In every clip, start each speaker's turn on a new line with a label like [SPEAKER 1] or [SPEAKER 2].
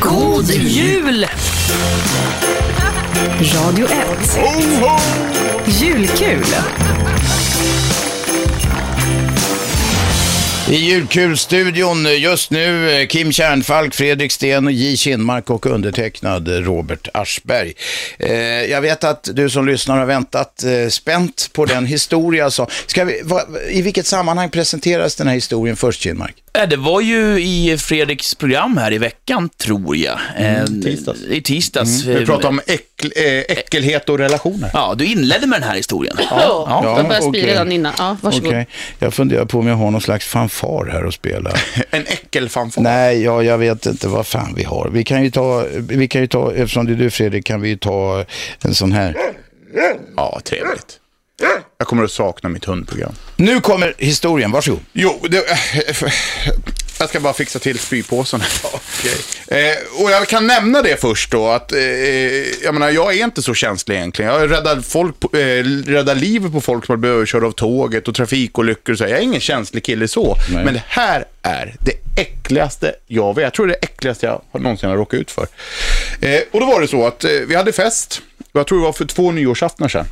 [SPEAKER 1] God jul! Radio 1. Julkul.
[SPEAKER 2] I julkulstudion just nu eh, Kim Kärnfalk, Fredrik Sten och J Kinmark och undertecknad eh, Robert Aschberg. Eh, jag vet att du som lyssnar har väntat eh, spänt på den historia som... Ska vi, va, I vilket sammanhang presenteras den här historien först Kinmark?
[SPEAKER 3] Ja, Eh, Det var ju i Fredriks program här i veckan, tror jag. Mm,
[SPEAKER 4] tisdags.
[SPEAKER 3] I tisdags.
[SPEAKER 2] Mm,
[SPEAKER 4] Vi pratar om äckl, eh, äckelhet och relationer.
[SPEAKER 3] Ja, du inledde med den här historien.
[SPEAKER 5] Ja,
[SPEAKER 2] Ja,
[SPEAKER 5] ja, de börjar spy
[SPEAKER 2] okej.
[SPEAKER 5] redan innan. Ja, varsågod.
[SPEAKER 2] Okej. Jag funderar på om jag har någon slags fanfar här att spela.
[SPEAKER 4] En äckelfanfar.
[SPEAKER 2] Nej, ja, jag vet inte vad fan vi har. Vi kan ju ta, vi kan ju ta eftersom det är du Fredrik, kan vi ju ta en sån här.
[SPEAKER 4] Ja, trevligt. Jag kommer att sakna mitt hundprogram.
[SPEAKER 2] Nu kommer historien, varsågod.
[SPEAKER 4] Jo, det, eh, jag ska bara fixa till spypåsen. Eh, och jag kan nämna det först då, att eh, jag menar, jag är inte så känslig egentligen. Jag räddar, folk, på- eh, räddar livet på folk som har blivit överkörda av tåget och trafikolyckor och så. Jag är ingen känslig kille så. Men det här är det äckligaste jag vet. Jag tror det är det äckligaste jag har- någonsin har råkat ut för. Eh, och då var det så att eh, vi hade fest, jag tror det var för två nyårsaftnar sedan.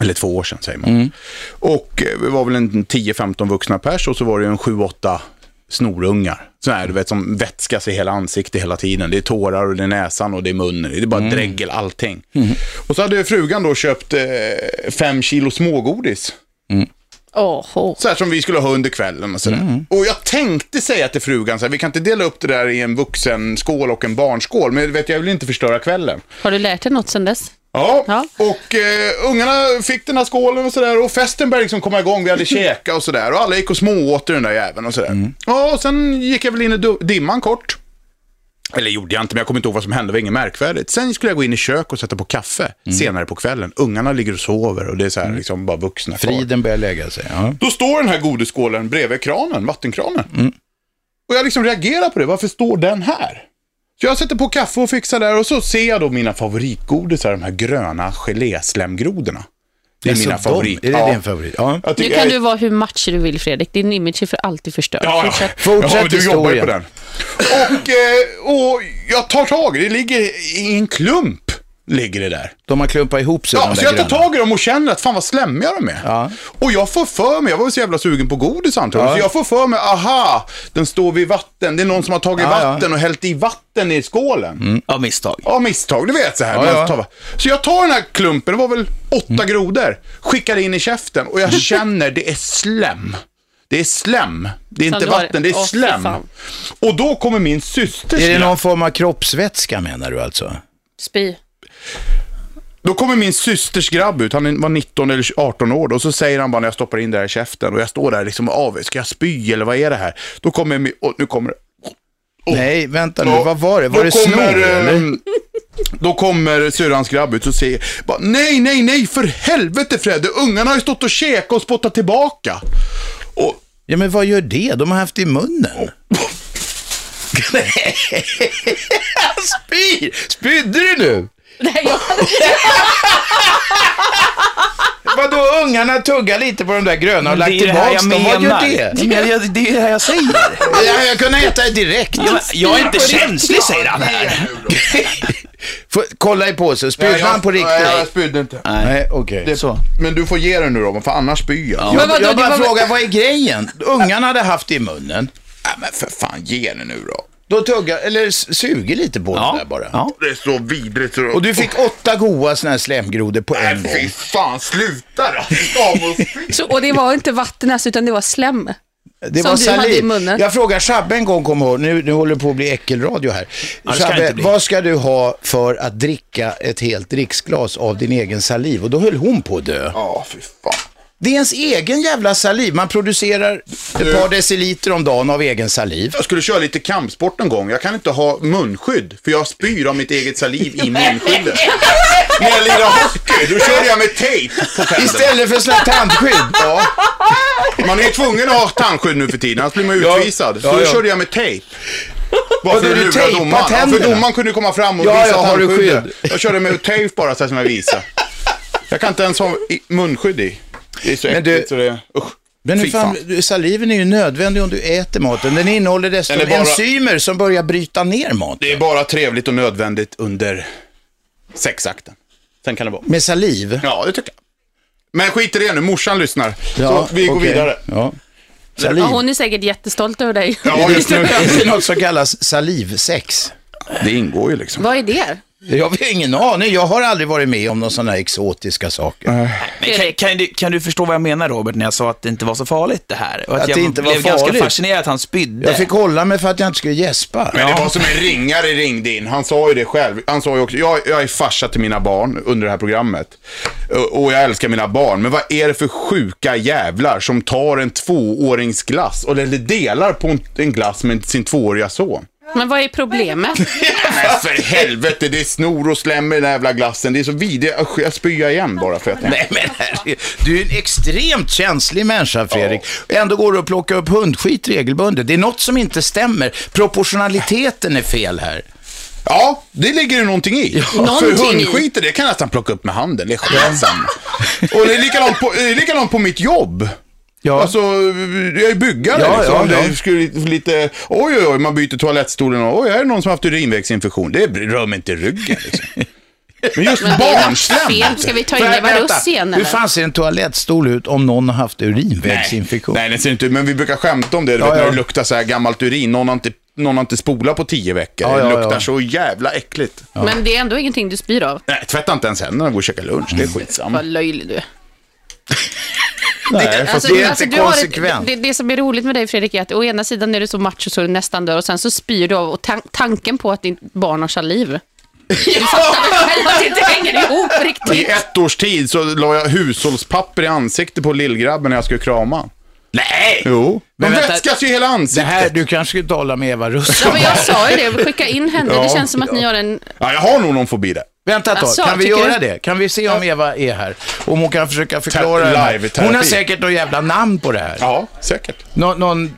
[SPEAKER 4] Eller två år sedan säger man. Och eh, vi var väl en 10-15 vuxna pers och så var det en 7-8 snorungar. Sådana här du vet som vätskas i hela ansiktet hela tiden. Det är tårar och det är näsan och det är munnen. Det är bara dregel allting. Och så hade frugan då köpt eh, fem kilo smågodis.
[SPEAKER 5] Åh, åh.
[SPEAKER 4] Så här som vi skulle ha under kvällen och sådär. Och jag tänkte säga till frugan så här, vi kan inte dela upp det där i en vuxenskål och en barnskål. Men du vet, jag vill inte förstöra kvällen.
[SPEAKER 5] Har du lärt dig något sen dess?
[SPEAKER 4] Ja,
[SPEAKER 5] Ja.
[SPEAKER 4] och eh, ungarna fick den här skålen och sådär och festen började liksom komma igång. Vi hade käka och sådär och alla gick och smååt i den där jäveln och sådär. Ja, och sen gick jag väl in i du- dimman kort. Eller gjorde jag inte, men jag kommer inte ihåg vad som hände. Det var inget märkvärdigt. Sen skulle jag gå in i kök och sätta på kaffe senare på kvällen. Ungarna ligger och sover och det är så här liksom bara vuxna kvar.
[SPEAKER 2] Friden börjar lägga sig. Ja.
[SPEAKER 4] Då står den här godisskålen bredvid kranen, vattenkranen. Och jag liksom reagerar på det, varför står den här? Så jag sätter på kaffe och fixar där och så ser jag då mina favoritgodisar, de här gröna geléslemgrodorna. Det är,
[SPEAKER 2] Alltså,
[SPEAKER 4] mina
[SPEAKER 2] de-
[SPEAKER 4] favorit.
[SPEAKER 2] Är det
[SPEAKER 4] Ja.
[SPEAKER 2] din favorit? Ja.
[SPEAKER 4] Jag
[SPEAKER 5] Nu
[SPEAKER 4] tycker
[SPEAKER 5] kan
[SPEAKER 4] jag-
[SPEAKER 5] du vara hur matchig du vill Fredrik, din image är för alltid förstörd.
[SPEAKER 4] Ja, ja.
[SPEAKER 5] Fortsätt.
[SPEAKER 2] Fortsätt
[SPEAKER 4] ja, du jobbar ju
[SPEAKER 2] historien.
[SPEAKER 4] på den. Och, eh, och jag tar tag i det, det ligger i en klump. Ligger det där.
[SPEAKER 2] De har klumpat ihop sig.
[SPEAKER 4] Ja,
[SPEAKER 2] de
[SPEAKER 4] så
[SPEAKER 2] där
[SPEAKER 4] jag tar
[SPEAKER 2] gröna.
[SPEAKER 4] tag i dem och känner att fan vad slemmiga de är.
[SPEAKER 2] Ja.
[SPEAKER 4] Och jag får för mig, jag var ju så jävla sugen på godis antagligen,
[SPEAKER 2] Ja.
[SPEAKER 4] så jag får för mig, aha, den står vid vatten, det är någon som har tagit
[SPEAKER 2] Ja, ja. Mm.
[SPEAKER 4] vatten och hällt i vatten i skålen.
[SPEAKER 3] Av misstag.
[SPEAKER 4] Ja, misstag, du vet så här.
[SPEAKER 2] Ja,
[SPEAKER 4] man
[SPEAKER 2] ja. Mm.
[SPEAKER 4] tar- Så jag tar den här klumpen, det var väl åtta grodor, skickar in i käften och jag känner det är slem. Det är slem, det är
[SPEAKER 5] Ja,
[SPEAKER 4] inte
[SPEAKER 5] det var det.
[SPEAKER 4] vatten, det är
[SPEAKER 5] Åh, fy
[SPEAKER 4] slem.
[SPEAKER 5] fan.
[SPEAKER 4] Och då kommer min systers
[SPEAKER 2] Är det
[SPEAKER 4] lapp.
[SPEAKER 2] någon form av kroppsvätska menar du alltså?
[SPEAKER 5] Spy.
[SPEAKER 4] Då kommer min systers grabb ut, han var 19 eller 18 år då, och så säger han bara när jag stoppar in det här i käften och jag står där liksom av, ska jag spy eller vad är det här? Då kommer min, och nu kommer
[SPEAKER 2] Nej, vänta nu,
[SPEAKER 4] Ja,
[SPEAKER 2] vad var det?
[SPEAKER 4] då
[SPEAKER 2] Var det snor
[SPEAKER 4] kommer, eh,
[SPEAKER 2] eller?
[SPEAKER 4] Då kommer syrrans grabb ut och säger bara, nej, nej, nej, för helvete Fredde, ungarna har ju stått och käkat och spottat tillbaka. Och
[SPEAKER 2] Ja, men vad gör det? De har haft det i munnen. Spyr! Spydde du nu?
[SPEAKER 5] Nej, jag hade
[SPEAKER 2] Vadå, ungarna tuggar lite på de där gröna och
[SPEAKER 3] Det
[SPEAKER 2] lagt
[SPEAKER 3] är det här
[SPEAKER 2] tillbaks
[SPEAKER 3] jag
[SPEAKER 2] dem? Vad gör
[SPEAKER 3] menar.
[SPEAKER 2] det?
[SPEAKER 3] Men jag- Det är det här jag säger.
[SPEAKER 2] Ja, jag kunde äta det direkt.
[SPEAKER 3] Jag, jag är inte känslig, säger han här.
[SPEAKER 2] Får, kolla i påsen, spydde han på riktigt?
[SPEAKER 4] Nej, jag spydde inte.
[SPEAKER 2] Nej, okej.
[SPEAKER 4] Det,
[SPEAKER 3] Så.
[SPEAKER 4] Men du får ge den nu då, för annars spyr jag.
[SPEAKER 5] Men
[SPEAKER 2] Jag,
[SPEAKER 5] vadå,
[SPEAKER 2] jag
[SPEAKER 5] det
[SPEAKER 2] bara
[SPEAKER 5] var väl-
[SPEAKER 2] frågar, vad är grejen? Ungarna hade haft det i munnen.
[SPEAKER 4] Nej, men för fan, ge den nu då.
[SPEAKER 2] Då tuggar, eller s- suger lite på den där bara.
[SPEAKER 3] ja.
[SPEAKER 4] Det är så vidrigt. Så...
[SPEAKER 2] Och du fick åtta goa såna här slemgrodor på en
[SPEAKER 4] Nej, fy
[SPEAKER 2] gång.
[SPEAKER 4] fan, sluta då! Stav och spy.
[SPEAKER 5] Så, alltså, och det var inte vatten alltså, utan det var slem.
[SPEAKER 2] Det
[SPEAKER 5] Som
[SPEAKER 2] var
[SPEAKER 5] du hade
[SPEAKER 2] saliv.
[SPEAKER 5] i munnen.
[SPEAKER 2] Jag frågade Shabbe en gång, kom ihåg, nu, nu håller det på att bli äckelradio här.
[SPEAKER 3] det ska
[SPEAKER 2] Shabbe,
[SPEAKER 3] inte bli.
[SPEAKER 2] vad ska du ha för att dricka ett helt dricksglas av din egen saliv? Och då höll hon på att dö.
[SPEAKER 4] Ja, fy fan.
[SPEAKER 2] Det är ens egen jävla saliv. Man producerar ett par deciliter om dagen av egen saliv.
[SPEAKER 4] Jag skulle köra lite kampsport en gång. Jag kan inte ha munskydd, för jag spyr av mitt eget saliv i munskyddet. När jag lirade hockey, då körde jag med tejp på tänderna.
[SPEAKER 2] Istället för såna här tandskydd.
[SPEAKER 4] Ja. Man är ju tvungen att ha tandskydd nu för tiden, annars blir man ju
[SPEAKER 2] Ja.
[SPEAKER 4] utvisad. Så
[SPEAKER 2] Ja,
[SPEAKER 4] då
[SPEAKER 2] ja.
[SPEAKER 4] körde jag med tejp. Bara för
[SPEAKER 2] Vadå,
[SPEAKER 4] att
[SPEAKER 2] du
[SPEAKER 4] lura
[SPEAKER 2] tejpar
[SPEAKER 4] domaren. Ja, för
[SPEAKER 2] tänderna?
[SPEAKER 4] domaren kunde komma fram och
[SPEAKER 2] Ja,
[SPEAKER 4] visa
[SPEAKER 2] ja, har du
[SPEAKER 4] tandskyddet.
[SPEAKER 2] skydd?
[SPEAKER 4] Jag körde med tejp bara så här som jag visade. Jag kan inte ens ha i- munskydd i. Det är så
[SPEAKER 2] Men du-
[SPEAKER 4] äckligt så det... Usch.
[SPEAKER 2] Men nu
[SPEAKER 4] Fy
[SPEAKER 2] fan, saliven är ju nödvändig om du äter maten. Den innehåller
[SPEAKER 4] Eller
[SPEAKER 2] dessutom
[SPEAKER 4] bara-
[SPEAKER 2] enzymer som börjar bryta ner maten.
[SPEAKER 4] Det är bara trevligt och nödvändigt under sexakten. Sen kan det vara.
[SPEAKER 2] Med saliv?
[SPEAKER 4] Ja, det tycker jag. Men skit i det nu, morsan lyssnar. så vi går
[SPEAKER 2] okej.
[SPEAKER 4] vidare.
[SPEAKER 2] Ja. Saliv.
[SPEAKER 5] Ja, hon är säkert jättestolt över dig.
[SPEAKER 4] Ja, just nu.
[SPEAKER 2] Det är något som kallas salivsex.
[SPEAKER 4] Det ingår ju liksom.
[SPEAKER 5] Vad är det?
[SPEAKER 2] Jag har ingen aning, jag har aldrig varit med om några sådana här exotiska saker.
[SPEAKER 3] Men kan, kan, du, kan du förstå vad jag menar Robert, när jag sa att det inte var så farligt det här? Och att,
[SPEAKER 2] Att
[SPEAKER 3] jag
[SPEAKER 2] det inte var
[SPEAKER 3] blev ganska
[SPEAKER 2] farligt.
[SPEAKER 3] fascinerad att han spydde.
[SPEAKER 2] Jag fick hålla mig för att jag inte skulle gäspa.
[SPEAKER 4] Men det var som en ringare ringde in. Han sa ju det själv. Han sa ju också, jag, jag är farsa till mina barn under det här programmet. Och, och jag älskar mina barn. Men vad är det för sjuka jävlar som tar en tvåårings glass, eller delar på en, en glass med sin tvååriga son?
[SPEAKER 5] Men vad är problemet?
[SPEAKER 4] Nej, för helvete, det är snor och slem i den här jävla glassen. Det är så vidrigt. Usch, Jag spyr igen bara för att jag
[SPEAKER 2] Nej men herre, du är en extremt känslig människa Fredrik. Ändå går du och plockar upp hundskit regelbundet. Det är något som inte stämmer. Proportionaliteten är fel här.
[SPEAKER 4] Ja, det ligger ju någonting i.
[SPEAKER 5] Någonting
[SPEAKER 4] För
[SPEAKER 5] i.
[SPEAKER 4] hundskiter, det kan jag nästan plocka upp med handen. Det är skitsamma. Och det är likadant på, det är likadant på mitt jobb.
[SPEAKER 2] Ja.
[SPEAKER 4] Alltså, jag är byggare
[SPEAKER 2] Ja,
[SPEAKER 4] liksom.
[SPEAKER 2] ja, ja.
[SPEAKER 4] Det skulle lite, oj, oj, oj, man byter toalettstolen och oj, här är någon som haft urinvägsinfektion. Det rör mig inte i ryggen liksom. Men just
[SPEAKER 5] Men det är något
[SPEAKER 4] barnslem.
[SPEAKER 5] fel. Ska vi ta in
[SPEAKER 2] Men
[SPEAKER 5] Eva
[SPEAKER 2] vänta,
[SPEAKER 5] Russ igen
[SPEAKER 2] Hur
[SPEAKER 5] eller?
[SPEAKER 2] fan ser en toalettstol ut om någon har haft urinvägsinfektion?
[SPEAKER 4] Nej, det ser inte ut, men vi brukar skämta om det. Du
[SPEAKER 2] Ja,
[SPEAKER 4] vet
[SPEAKER 2] ja.
[SPEAKER 4] när det luktar så här gammalt urin, någon har inte, någon har inte spolat på tio veckor.
[SPEAKER 2] Ja, ja,
[SPEAKER 4] det
[SPEAKER 2] ja.
[SPEAKER 4] luktar så jävla äckligt.
[SPEAKER 5] Men det är ändå ingenting du spyr av.
[SPEAKER 4] Nej, tvätta inte ens händerna och gå och käka lunch. Det är skitsamma.
[SPEAKER 5] Vad löjlig du är.
[SPEAKER 2] Nej, fast Alltså, det är inte
[SPEAKER 5] Alltså, du har
[SPEAKER 2] konsekvent.
[SPEAKER 5] ett, det, det som är roligt med dig Fredrik är att å ena sidan är du så macho så du nästan dör och sen så spyr du av och tan- tanken på att ditt barn har saliv. Du fattar väl själv att det inte hänger ihop
[SPEAKER 4] I
[SPEAKER 5] riktigt.
[SPEAKER 4] ett års tid så la jag hushållspapper i ansiktet på lillgrabben när jag skulle krama.
[SPEAKER 3] Nej!
[SPEAKER 4] Jo. De
[SPEAKER 3] Men vänta-
[SPEAKER 4] vätskas ju i hela
[SPEAKER 2] Det
[SPEAKER 4] ansiktet.
[SPEAKER 2] här, du kanske skulle tala med Eva Russ
[SPEAKER 5] Ja, men jag sa ju det, skicka in henne.
[SPEAKER 4] Ja,
[SPEAKER 5] det känns som att ni har en...
[SPEAKER 4] Ja, jag har nog någon fobi där.
[SPEAKER 2] Vänta ett tag,
[SPEAKER 5] Alltså,
[SPEAKER 2] kan vi
[SPEAKER 5] tycker
[SPEAKER 2] göra
[SPEAKER 5] du-
[SPEAKER 2] det? Kan vi se om Eva är här? Om hon kan försöka förklara
[SPEAKER 4] Ter-
[SPEAKER 2] det här.
[SPEAKER 4] live-terapi.
[SPEAKER 2] Hon har säkert något jävla namn på det här.
[SPEAKER 4] Ja, säkert.
[SPEAKER 2] Nå- någon eh,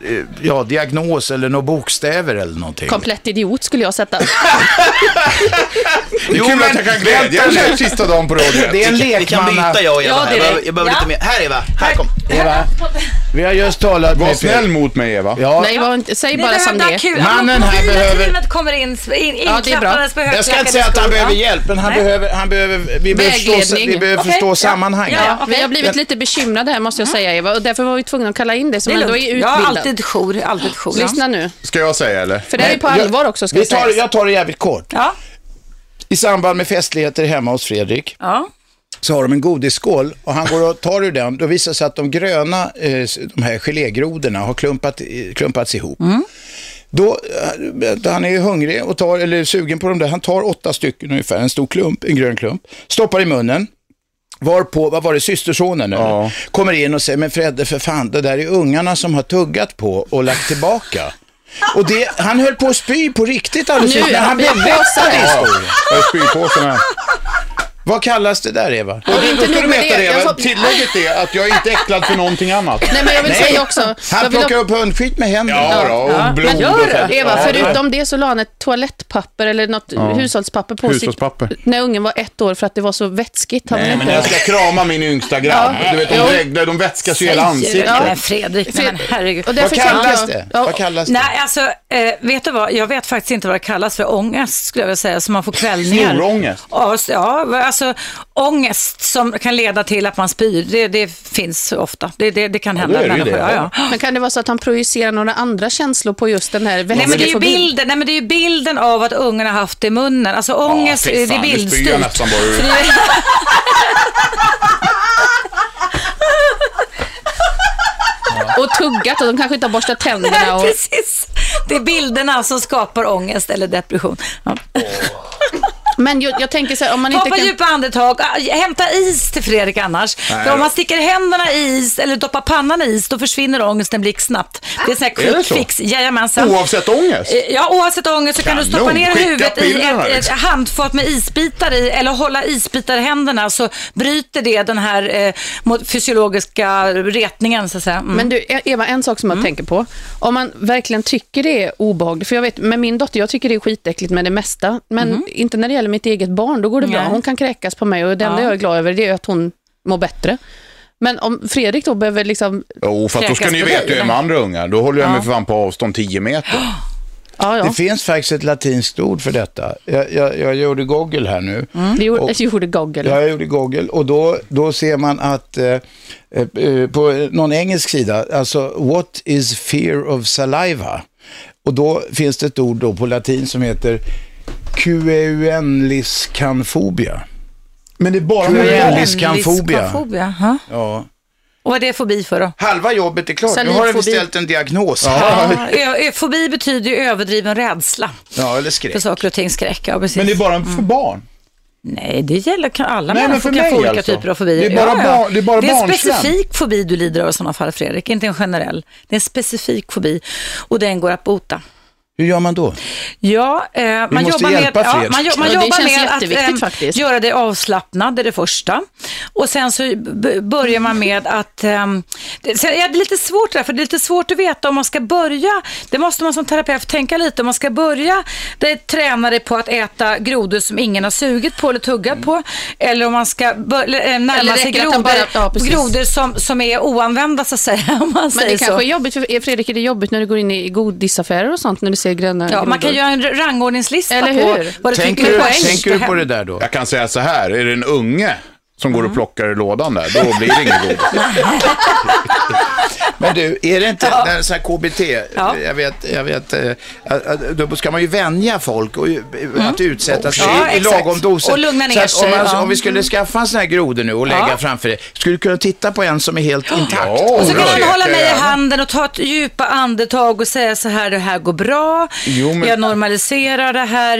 [SPEAKER 2] ja, diagnos eller några bokstäver eller någonting.
[SPEAKER 5] Komplett idiot skulle jag sätta.
[SPEAKER 4] Det är
[SPEAKER 2] Jo,
[SPEAKER 4] kul
[SPEAKER 2] men
[SPEAKER 4] att jag kan
[SPEAKER 2] vänta
[SPEAKER 4] glädja den här sista dagen på radio.
[SPEAKER 2] Det är en
[SPEAKER 3] Vi kan
[SPEAKER 2] lekmanna...
[SPEAKER 3] byta jag och Eva
[SPEAKER 5] Ja,
[SPEAKER 3] här. Jag
[SPEAKER 5] det är det.
[SPEAKER 3] behöver, jag behöver
[SPEAKER 5] Ja.
[SPEAKER 3] lite mer. Här Eva, här kom.
[SPEAKER 2] Eva, vi har just talat
[SPEAKER 4] Var
[SPEAKER 2] med...
[SPEAKER 4] snäll mot mig, Eva.
[SPEAKER 2] Ja,
[SPEAKER 5] Nej, var inte, säg
[SPEAKER 1] Ni
[SPEAKER 5] bara
[SPEAKER 1] behöver
[SPEAKER 5] som
[SPEAKER 1] inte ha
[SPEAKER 5] det
[SPEAKER 1] kul.
[SPEAKER 5] är.
[SPEAKER 2] Mannen här
[SPEAKER 1] Mobila
[SPEAKER 2] behöver-
[SPEAKER 1] teamet kommer in, in, in
[SPEAKER 5] Ja, det är bra.
[SPEAKER 1] inklappandes på
[SPEAKER 2] jag ska inte säga att han behöver hjälp, men han
[SPEAKER 1] Nej.
[SPEAKER 2] behöver... Han behöver vi behöver förstå,
[SPEAKER 5] Vägledning.
[SPEAKER 2] vi behöver
[SPEAKER 1] Okej,
[SPEAKER 2] förstå
[SPEAKER 1] ja.
[SPEAKER 2] sammanhanget.
[SPEAKER 1] Ja, ja.
[SPEAKER 5] Vi har blivit lite bekymrade här måste jag säga Eva och därför var vi tvungna att kalla in dig som
[SPEAKER 1] Det är
[SPEAKER 5] ändå
[SPEAKER 1] lugnt.
[SPEAKER 5] är
[SPEAKER 1] Jag har
[SPEAKER 5] utbildad.
[SPEAKER 1] alltid jour, alltid jour.
[SPEAKER 5] Lyssna nu,
[SPEAKER 4] Ska jag säga eller?
[SPEAKER 5] för det här är på allvar också ska
[SPEAKER 2] vi
[SPEAKER 5] jag
[SPEAKER 2] tar,
[SPEAKER 5] säga.
[SPEAKER 2] Jag tar det jävligt kort.
[SPEAKER 1] Ja,
[SPEAKER 2] I samband med festligheter hemma hos Fredrik
[SPEAKER 1] ja.
[SPEAKER 2] så har de en godisskål och han går och tar ur den. Då visar det sig att de gröna, eh, de här gelégrodorna har klumpat, eh, klumpats ihop. Då, eh, han är ju hungrig och tar, eller sugen på dem där. Han tar åtta stycken ungefär, en stor klump, en grön klump, stoppar i munnen. Var på, vad var det, systersonen eller?
[SPEAKER 4] Ja.
[SPEAKER 2] Kommer in och säger, men Fredde för fan, det där är ungarna som har tuggat på och lagt tillbaka. Och det, han höll på att spy på riktigt alldeles
[SPEAKER 5] Nu
[SPEAKER 2] nyss, men
[SPEAKER 5] är
[SPEAKER 2] han blev
[SPEAKER 5] jag
[SPEAKER 2] vässad i historien.
[SPEAKER 4] Jag har spypåsen här.
[SPEAKER 2] Vad kallas det där Eva?
[SPEAKER 4] Och det, då
[SPEAKER 5] nog
[SPEAKER 4] ska du
[SPEAKER 5] med
[SPEAKER 4] veta
[SPEAKER 5] det,
[SPEAKER 4] det,
[SPEAKER 5] jag
[SPEAKER 4] Eva.
[SPEAKER 5] får-
[SPEAKER 4] Tillägget är att jag är inte äcklad för någonting annat.
[SPEAKER 5] Nej men jag vill säga också, jag
[SPEAKER 2] Han
[SPEAKER 5] vill
[SPEAKER 2] plockar upp hundskit med händerna.
[SPEAKER 4] Ja, då, och blod
[SPEAKER 5] Men
[SPEAKER 4] och fett.
[SPEAKER 5] Eva,
[SPEAKER 4] Ja, det-
[SPEAKER 5] förutom det så la han ett toalettpapper eller något hushållspapper på
[SPEAKER 4] Hushållspapper.
[SPEAKER 5] sitt... När ungen var ett år för att det var så vätskigt. Han
[SPEAKER 4] Nej, men jag ska krama min yngsta grabb.
[SPEAKER 5] Ja.
[SPEAKER 4] Du vet, de,
[SPEAKER 5] Jo.
[SPEAKER 4] väg, de vätskas ju i hela
[SPEAKER 5] Säger
[SPEAKER 4] ansiktet.
[SPEAKER 5] Ja.
[SPEAKER 1] Men Fredrik, nej, men herregud.
[SPEAKER 5] och
[SPEAKER 2] Vad
[SPEAKER 5] därför
[SPEAKER 2] kallas
[SPEAKER 5] tänkte
[SPEAKER 2] det?
[SPEAKER 5] jag- Ja,
[SPEAKER 2] Vad kallas det?
[SPEAKER 1] Nej, alltså, eh, vet du vad? Jag vet faktiskt inte vad det kallas för ångest, skulle jag vilja säga, som man får kvällningar.
[SPEAKER 4] Snorångest.
[SPEAKER 1] Ja, s- Ja, alltså ångest som kan leda till att man spyr, det, det finns ofta. Det, det, det kan hända
[SPEAKER 4] då är det ju
[SPEAKER 1] människor.
[SPEAKER 4] det.
[SPEAKER 1] Ja, ja.
[SPEAKER 5] Men kan det vara så att han projicerar några andra känslor på just den här
[SPEAKER 1] Nej men, det är ju
[SPEAKER 5] vätskefobin?
[SPEAKER 1] bilden, nej men det är ju bilden av att ungen har haft det i munnen. Alltså ångest,
[SPEAKER 4] fy
[SPEAKER 1] det är
[SPEAKER 4] fan, nu spyr jag
[SPEAKER 1] bildstyrt.
[SPEAKER 4] nästan bara ur-
[SPEAKER 1] Så det är-
[SPEAKER 5] Och tuggat och de kanske inte har borstat tänderna.
[SPEAKER 1] Nej,
[SPEAKER 5] Och...
[SPEAKER 1] precis. Det är bilderna som skapar ångest eller depression. Ja.
[SPEAKER 5] Men jag, jag tänker så här, om man inte
[SPEAKER 1] Hoppa
[SPEAKER 5] kan...
[SPEAKER 1] djupa andetag, Ah, hämta is till Fredrik annars. För om man sticker händerna i is eller doppar pannan i is, då försvinner ångesten blixtsnabbt. Det är sån här
[SPEAKER 4] Är det
[SPEAKER 1] quick
[SPEAKER 4] så?
[SPEAKER 1] fix. Jajamensan.
[SPEAKER 4] Oavsett ångest.
[SPEAKER 1] Eh, Ja, oavsett ångest så kan du stoppa
[SPEAKER 4] Kanon.
[SPEAKER 1] ner
[SPEAKER 4] Skicka
[SPEAKER 1] huvudet i
[SPEAKER 4] bilderna,
[SPEAKER 1] ett, ett
[SPEAKER 4] liksom.
[SPEAKER 1] handfat med isbitar i eller hålla isbitar i händerna så bryter det den här eh, mot- fysiologiska retningen så att säga. Mm.
[SPEAKER 5] Men du, E- Eva, en sak som jag tänker på. Om man verkligen tycker det är obehagligt, för jag vet med min dotter, jag tycker det är skitäckligt med det mesta, men inte när det gäller mitt eget barn, då går det bra.
[SPEAKER 1] Nej.
[SPEAKER 5] Hon kan kräkas på mig och det enda
[SPEAKER 1] Ja.
[SPEAKER 5] jag är glad över det är att hon mår bättre. Men om Fredrik då behöver liksom,
[SPEAKER 4] Jo, för att då ska
[SPEAKER 1] Kräkas
[SPEAKER 4] ni
[SPEAKER 1] på
[SPEAKER 4] veta hur jag är med andra ungar. Då håller jag
[SPEAKER 1] Ja.
[SPEAKER 4] mig för fan på avstånd 10 meter.
[SPEAKER 5] ja ja,
[SPEAKER 2] Det finns faktiskt ett latinskt ord för detta. Jag, jag, jag gjorde Google här nu.
[SPEAKER 5] det gjorde, det gjorde Goggle.
[SPEAKER 2] Ja, jag gjorde Google och då, då ser man att eh, eh, på någon engelsk sida, alltså what is fear of saliva? Och då finns det ett ord då på latin som heter E QEUNLISCANFOBIA. Men det är bara QEUNLISCANFOBIA.
[SPEAKER 1] Liskanfobia, ja.
[SPEAKER 2] Ja.
[SPEAKER 1] Och vad är det fobi för då?
[SPEAKER 2] Halva jobbet är klart, nu har jag
[SPEAKER 5] Salivfobi.
[SPEAKER 2] beställt en diagnos.
[SPEAKER 1] Ja, ö- ö- fobi betyder ju överdriven rädsla
[SPEAKER 2] Ja, eller
[SPEAKER 1] för
[SPEAKER 2] skräck.
[SPEAKER 1] saker och ting, skräck. Ja, precis.
[SPEAKER 4] Men det är bara för barn.
[SPEAKER 1] Nej, det gäller kan alla
[SPEAKER 4] Nej, men
[SPEAKER 1] människor
[SPEAKER 4] för
[SPEAKER 1] kan
[SPEAKER 4] mig
[SPEAKER 1] få olika
[SPEAKER 4] alltså.
[SPEAKER 1] typer av fobier.
[SPEAKER 4] Det är bara barn- det är bara
[SPEAKER 1] det är en
[SPEAKER 4] barnslen.
[SPEAKER 1] specifik fobi du lider av i sådana fall, Fredrik, inte en generell. Det är en specifik fobi och den går att bota.
[SPEAKER 2] Hur gör man då?
[SPEAKER 1] Ja, eh, man,
[SPEAKER 2] måste
[SPEAKER 1] jobbar med,
[SPEAKER 2] hjälpa
[SPEAKER 1] ja,
[SPEAKER 2] Fredrik.
[SPEAKER 1] man, jo- man
[SPEAKER 5] Ja, det
[SPEAKER 1] jobbar
[SPEAKER 5] känns
[SPEAKER 1] med att ehm,
[SPEAKER 5] jätteviktigt faktiskt.
[SPEAKER 1] göra dig avslappnad, det är det första. Och sen så b- börjar man med att... ehm, det, sen, ja, det är lite svårt det där, för det är lite svårt att veta om man ska börja. Det måste man som terapeut tänka lite. Om man ska börja det, träna dig på att äta grodor som ingen har sugit på eller tuggat på. Eller om man ska bör, eller, eh,
[SPEAKER 5] Eller
[SPEAKER 1] närma sig
[SPEAKER 5] räcker det att han
[SPEAKER 1] grodor,
[SPEAKER 5] bara- ja, precis.
[SPEAKER 1] grodor som, som är oanvända, så att säga. Om man
[SPEAKER 5] Men
[SPEAKER 1] säger
[SPEAKER 5] det
[SPEAKER 1] så.
[SPEAKER 5] kanske är jobbigt för er, Fredrik, är det jobbigt när du går in i godisaffärer och sånt, när du ser gröna
[SPEAKER 1] Ja, man
[SPEAKER 5] grodor?
[SPEAKER 1] kan göra en rangordningslista
[SPEAKER 5] Eller
[SPEAKER 1] på
[SPEAKER 5] hur?
[SPEAKER 1] vad du
[SPEAKER 2] Tänker
[SPEAKER 1] tycker
[SPEAKER 2] du,
[SPEAKER 1] är poäng.
[SPEAKER 2] tänker du på det där då?
[SPEAKER 4] Jag kan säga så här, är det en unge som går och plockar i lådan där, då blir det inget godis.
[SPEAKER 2] Men du, är det inte när så här KBT,
[SPEAKER 1] Ja.
[SPEAKER 2] jag vet, jag vet, eh, att- att- då ska man ju vänja folk och, ju- att utsätta sig
[SPEAKER 1] Ja,
[SPEAKER 2] i, i
[SPEAKER 1] exakt.
[SPEAKER 2] lagom doser.
[SPEAKER 1] Och lugna
[SPEAKER 2] Så
[SPEAKER 1] ner
[SPEAKER 2] att om,
[SPEAKER 1] sig,
[SPEAKER 2] man,
[SPEAKER 1] ja.
[SPEAKER 2] om vi skulle skaffa en sån här grodor nu och lägga
[SPEAKER 1] Ja.
[SPEAKER 2] framför dig, skulle du kunna titta på en som är helt intakt?
[SPEAKER 4] Ja,
[SPEAKER 2] Och
[SPEAKER 1] Så kan
[SPEAKER 4] bra.
[SPEAKER 1] han hålla mig i
[SPEAKER 4] Jäklar.
[SPEAKER 1] handen och ta ett djupa andetag och säga så här, det här går bra,
[SPEAKER 4] Jo, men-
[SPEAKER 1] jag normaliserar det här.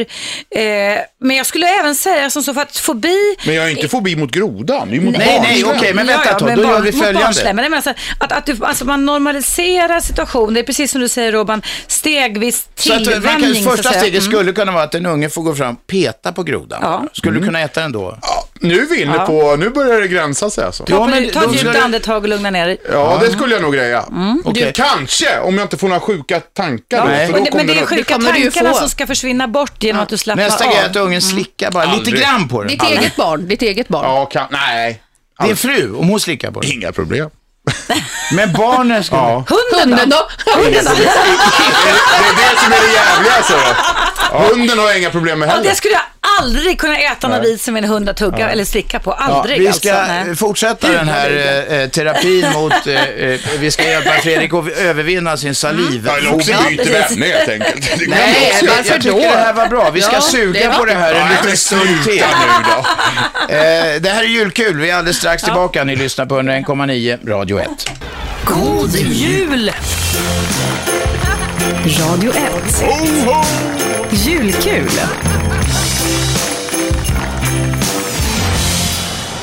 [SPEAKER 1] Eh, men jag skulle även säga som så, för att fobi,
[SPEAKER 4] Men jag är inte fobi mot grodan, det är ju mot
[SPEAKER 2] Nej, nej,
[SPEAKER 4] barnslen.
[SPEAKER 2] okej, men vänta ett tag,
[SPEAKER 1] men
[SPEAKER 2] då gör
[SPEAKER 1] barn-
[SPEAKER 2] vi
[SPEAKER 1] mot
[SPEAKER 2] följande.
[SPEAKER 1] barnsliga, Men jag menar så här, att, att du, alltså man normaliserar situationen, det är precis som du säger Robban, stegvis
[SPEAKER 2] Så att, man kan,
[SPEAKER 1] tillvänjning.
[SPEAKER 2] första
[SPEAKER 1] att säga.
[SPEAKER 2] steget
[SPEAKER 1] Mm.
[SPEAKER 2] skulle kunna vara att en unge får gå fram och peta på grodan.
[SPEAKER 1] Ja.
[SPEAKER 2] Skulle du kunna äta den då?
[SPEAKER 4] Ja, nu är vi inne på, nu börjar det gränsa sig alltså.
[SPEAKER 2] Ja,
[SPEAKER 1] Ta
[SPEAKER 2] men
[SPEAKER 1] ett- Ta
[SPEAKER 2] då
[SPEAKER 1] ett djupt
[SPEAKER 2] skulle-
[SPEAKER 1] andetag och lugna ner dig.
[SPEAKER 4] Ja, det skulle jag nog greja.
[SPEAKER 2] Okej.
[SPEAKER 4] Du, kanske, om jag inte får några sjuka tankar
[SPEAKER 1] Ja,
[SPEAKER 4] då,
[SPEAKER 2] Nej.
[SPEAKER 1] men,
[SPEAKER 4] för då
[SPEAKER 1] det- men
[SPEAKER 4] kommer
[SPEAKER 1] det är
[SPEAKER 4] det
[SPEAKER 1] sjuka
[SPEAKER 5] kommer du ju
[SPEAKER 1] tankarna
[SPEAKER 5] få.
[SPEAKER 1] som ska försvinna bort genom att du slappnar
[SPEAKER 2] Nästa
[SPEAKER 1] av.
[SPEAKER 2] grej är att ungen slickar bara lite
[SPEAKER 4] Aldrig.
[SPEAKER 2] grann på den.
[SPEAKER 5] Ditt eget barn, ditt eget barn.
[SPEAKER 4] Ja, kan, nej.
[SPEAKER 2] Din fru, om hon slickar på den.
[SPEAKER 4] Inga problem.
[SPEAKER 2] Men barnen skulle...
[SPEAKER 4] Ja.
[SPEAKER 5] Hunden då? Hunden då?
[SPEAKER 4] Det är det som är det jävliga, så då. Hunden har jag inga problem med
[SPEAKER 1] Ja,
[SPEAKER 4] heller.
[SPEAKER 1] det skulle jag aldrig kunna äta någon bit som en hund har tuggat eller slicka på.
[SPEAKER 2] Ja,
[SPEAKER 1] Aldrig
[SPEAKER 2] vi ska eh,
[SPEAKER 1] alltså. Nej.
[SPEAKER 2] fortsätta den här eh, terapin mot, eh, eh, vi ska hjälpa Fredrik att övervinna sin saliv.
[SPEAKER 4] Ja, Eller också byter
[SPEAKER 1] precis.
[SPEAKER 4] vänner helt enkelt. Det kan
[SPEAKER 2] Nej,
[SPEAKER 4] också
[SPEAKER 2] jag,
[SPEAKER 4] göra.
[SPEAKER 2] jag tycker
[SPEAKER 5] då?
[SPEAKER 2] det här var bra. Vi ska
[SPEAKER 5] Ja, det
[SPEAKER 2] suga
[SPEAKER 5] är
[SPEAKER 2] på det här en
[SPEAKER 4] Nej,
[SPEAKER 2] liten
[SPEAKER 4] men
[SPEAKER 2] stund till.
[SPEAKER 4] sluta nu då.
[SPEAKER 2] Eh, det här är julkul. Vi är alldeles strax tillbaka. Ni lyssnar på 101,9 Radio 1.
[SPEAKER 6] God jul! Radio 1. Julkul.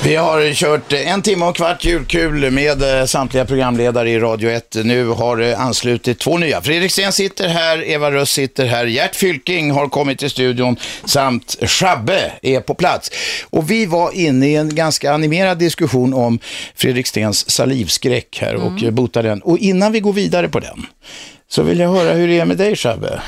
[SPEAKER 2] Vi har kört eh, en timme och kvart julkul med eh, samtliga programledare i Radio 1. Nu har eh, anslutit två nya. Fredrik Sten sitter här, Eva Röss sitter här, Gert Fylking har kommit till studion samt Schabbe är på plats. Och vi var inne i en ganska animerad diskussion om Fredrik Stens salivskräck här och eh, bota den. Och innan vi går vidare på den så vill jag höra hur det är med dig Schabbe.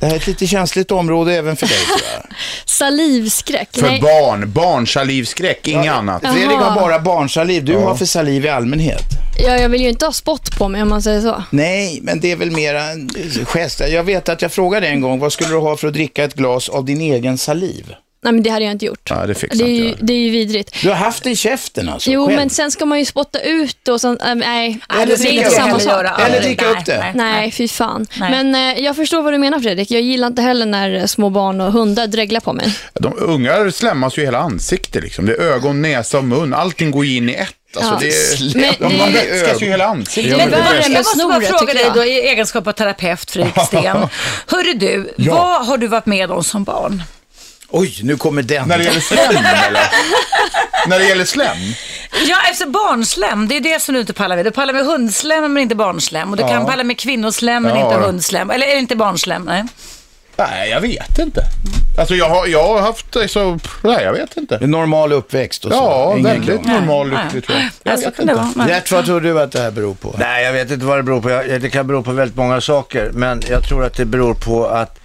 [SPEAKER 2] Det här är ett lite känsligt område även för dig tror jag.
[SPEAKER 7] Salivskräck?
[SPEAKER 4] För barn, barnsalivskräck, inget annat.
[SPEAKER 2] Fredrik har
[SPEAKER 7] Jaha.
[SPEAKER 2] bara barnsaliv, du har för saliv i allmänhet.
[SPEAKER 7] Ja, jag vill ju inte ha spott på mig om man säger så.
[SPEAKER 2] Nej, men det är väl mera en gest. Jag vet att jag frågade en gång, vad skulle du ha för att dricka ett glas av din egen saliv?
[SPEAKER 7] Nej, men det hade jag inte gjort.
[SPEAKER 4] Ja, det fixar
[SPEAKER 7] det, är
[SPEAKER 4] inte
[SPEAKER 7] ju,
[SPEAKER 4] jag.
[SPEAKER 7] det är ju vidrigt.
[SPEAKER 2] Du har haft det i käften alltså?
[SPEAKER 7] Jo,
[SPEAKER 2] själv.
[SPEAKER 7] men sen ska man ju spotta ut och sånt. Äh, nej,
[SPEAKER 1] Nej,
[SPEAKER 7] det
[SPEAKER 1] ska
[SPEAKER 7] är
[SPEAKER 1] jag
[SPEAKER 7] inte samma
[SPEAKER 1] heller
[SPEAKER 7] sak.
[SPEAKER 1] göra.
[SPEAKER 2] Eller
[SPEAKER 1] Aldrig.
[SPEAKER 2] dricka
[SPEAKER 1] Nej,
[SPEAKER 2] upp det.
[SPEAKER 1] nej.
[SPEAKER 7] Nej, fy fan.
[SPEAKER 1] Nej.
[SPEAKER 7] Men eh, jag förstår vad du menar Fredrik. Jag gillar inte heller när eh, små barn och hundar dreglar på mig.
[SPEAKER 4] De ungar slämmas ju i hela ansiktet liksom. Det är ögon, näsa och mun. Allting går ju in i ett. Alltså,
[SPEAKER 7] Ja.
[SPEAKER 4] det är...
[SPEAKER 7] Men det
[SPEAKER 4] De
[SPEAKER 7] är ju-
[SPEAKER 4] vätskas ju i hela ansiktet.
[SPEAKER 7] Men
[SPEAKER 1] Men
[SPEAKER 7] värre
[SPEAKER 1] jag
[SPEAKER 7] med
[SPEAKER 1] måste bara
[SPEAKER 7] snoret,
[SPEAKER 1] fråga
[SPEAKER 7] tycker
[SPEAKER 1] dig
[SPEAKER 7] jag.
[SPEAKER 1] då i egenskap av terapeut, Fredrik Sten. Hörru du, vad har du varit med om som barn?
[SPEAKER 2] Oj, nu kommer den.
[SPEAKER 4] När det gäller slem eller? När det gäller slem?
[SPEAKER 1] Ja, alltså barnslem, det är det som du inte pallar med. Du pallar med hundslem men inte barnslem. Och du kan palla med kvinnoslem men
[SPEAKER 4] Ja,
[SPEAKER 1] inte
[SPEAKER 4] då.
[SPEAKER 1] hundslem. Eller är det inte barnslem? Nej.
[SPEAKER 4] Nej, jag vet inte. Alltså jag har, jag har haft, alltså, nej jag vet inte.
[SPEAKER 2] En Normal uppväxt och så?
[SPEAKER 4] Ja,
[SPEAKER 2] Ingen
[SPEAKER 4] väldigt
[SPEAKER 2] krångel.
[SPEAKER 4] normal
[SPEAKER 1] Nej.
[SPEAKER 4] lycklig tror jag.
[SPEAKER 1] Ja,
[SPEAKER 4] Jag
[SPEAKER 1] så
[SPEAKER 4] vet
[SPEAKER 1] kan det
[SPEAKER 4] inte.
[SPEAKER 1] vara. Men-
[SPEAKER 2] Gert, vad tror du att det här beror på?
[SPEAKER 8] Nej, jag vet inte vad det beror på. Jag, det kan bero på väldigt många saker. Men jag tror att det beror på att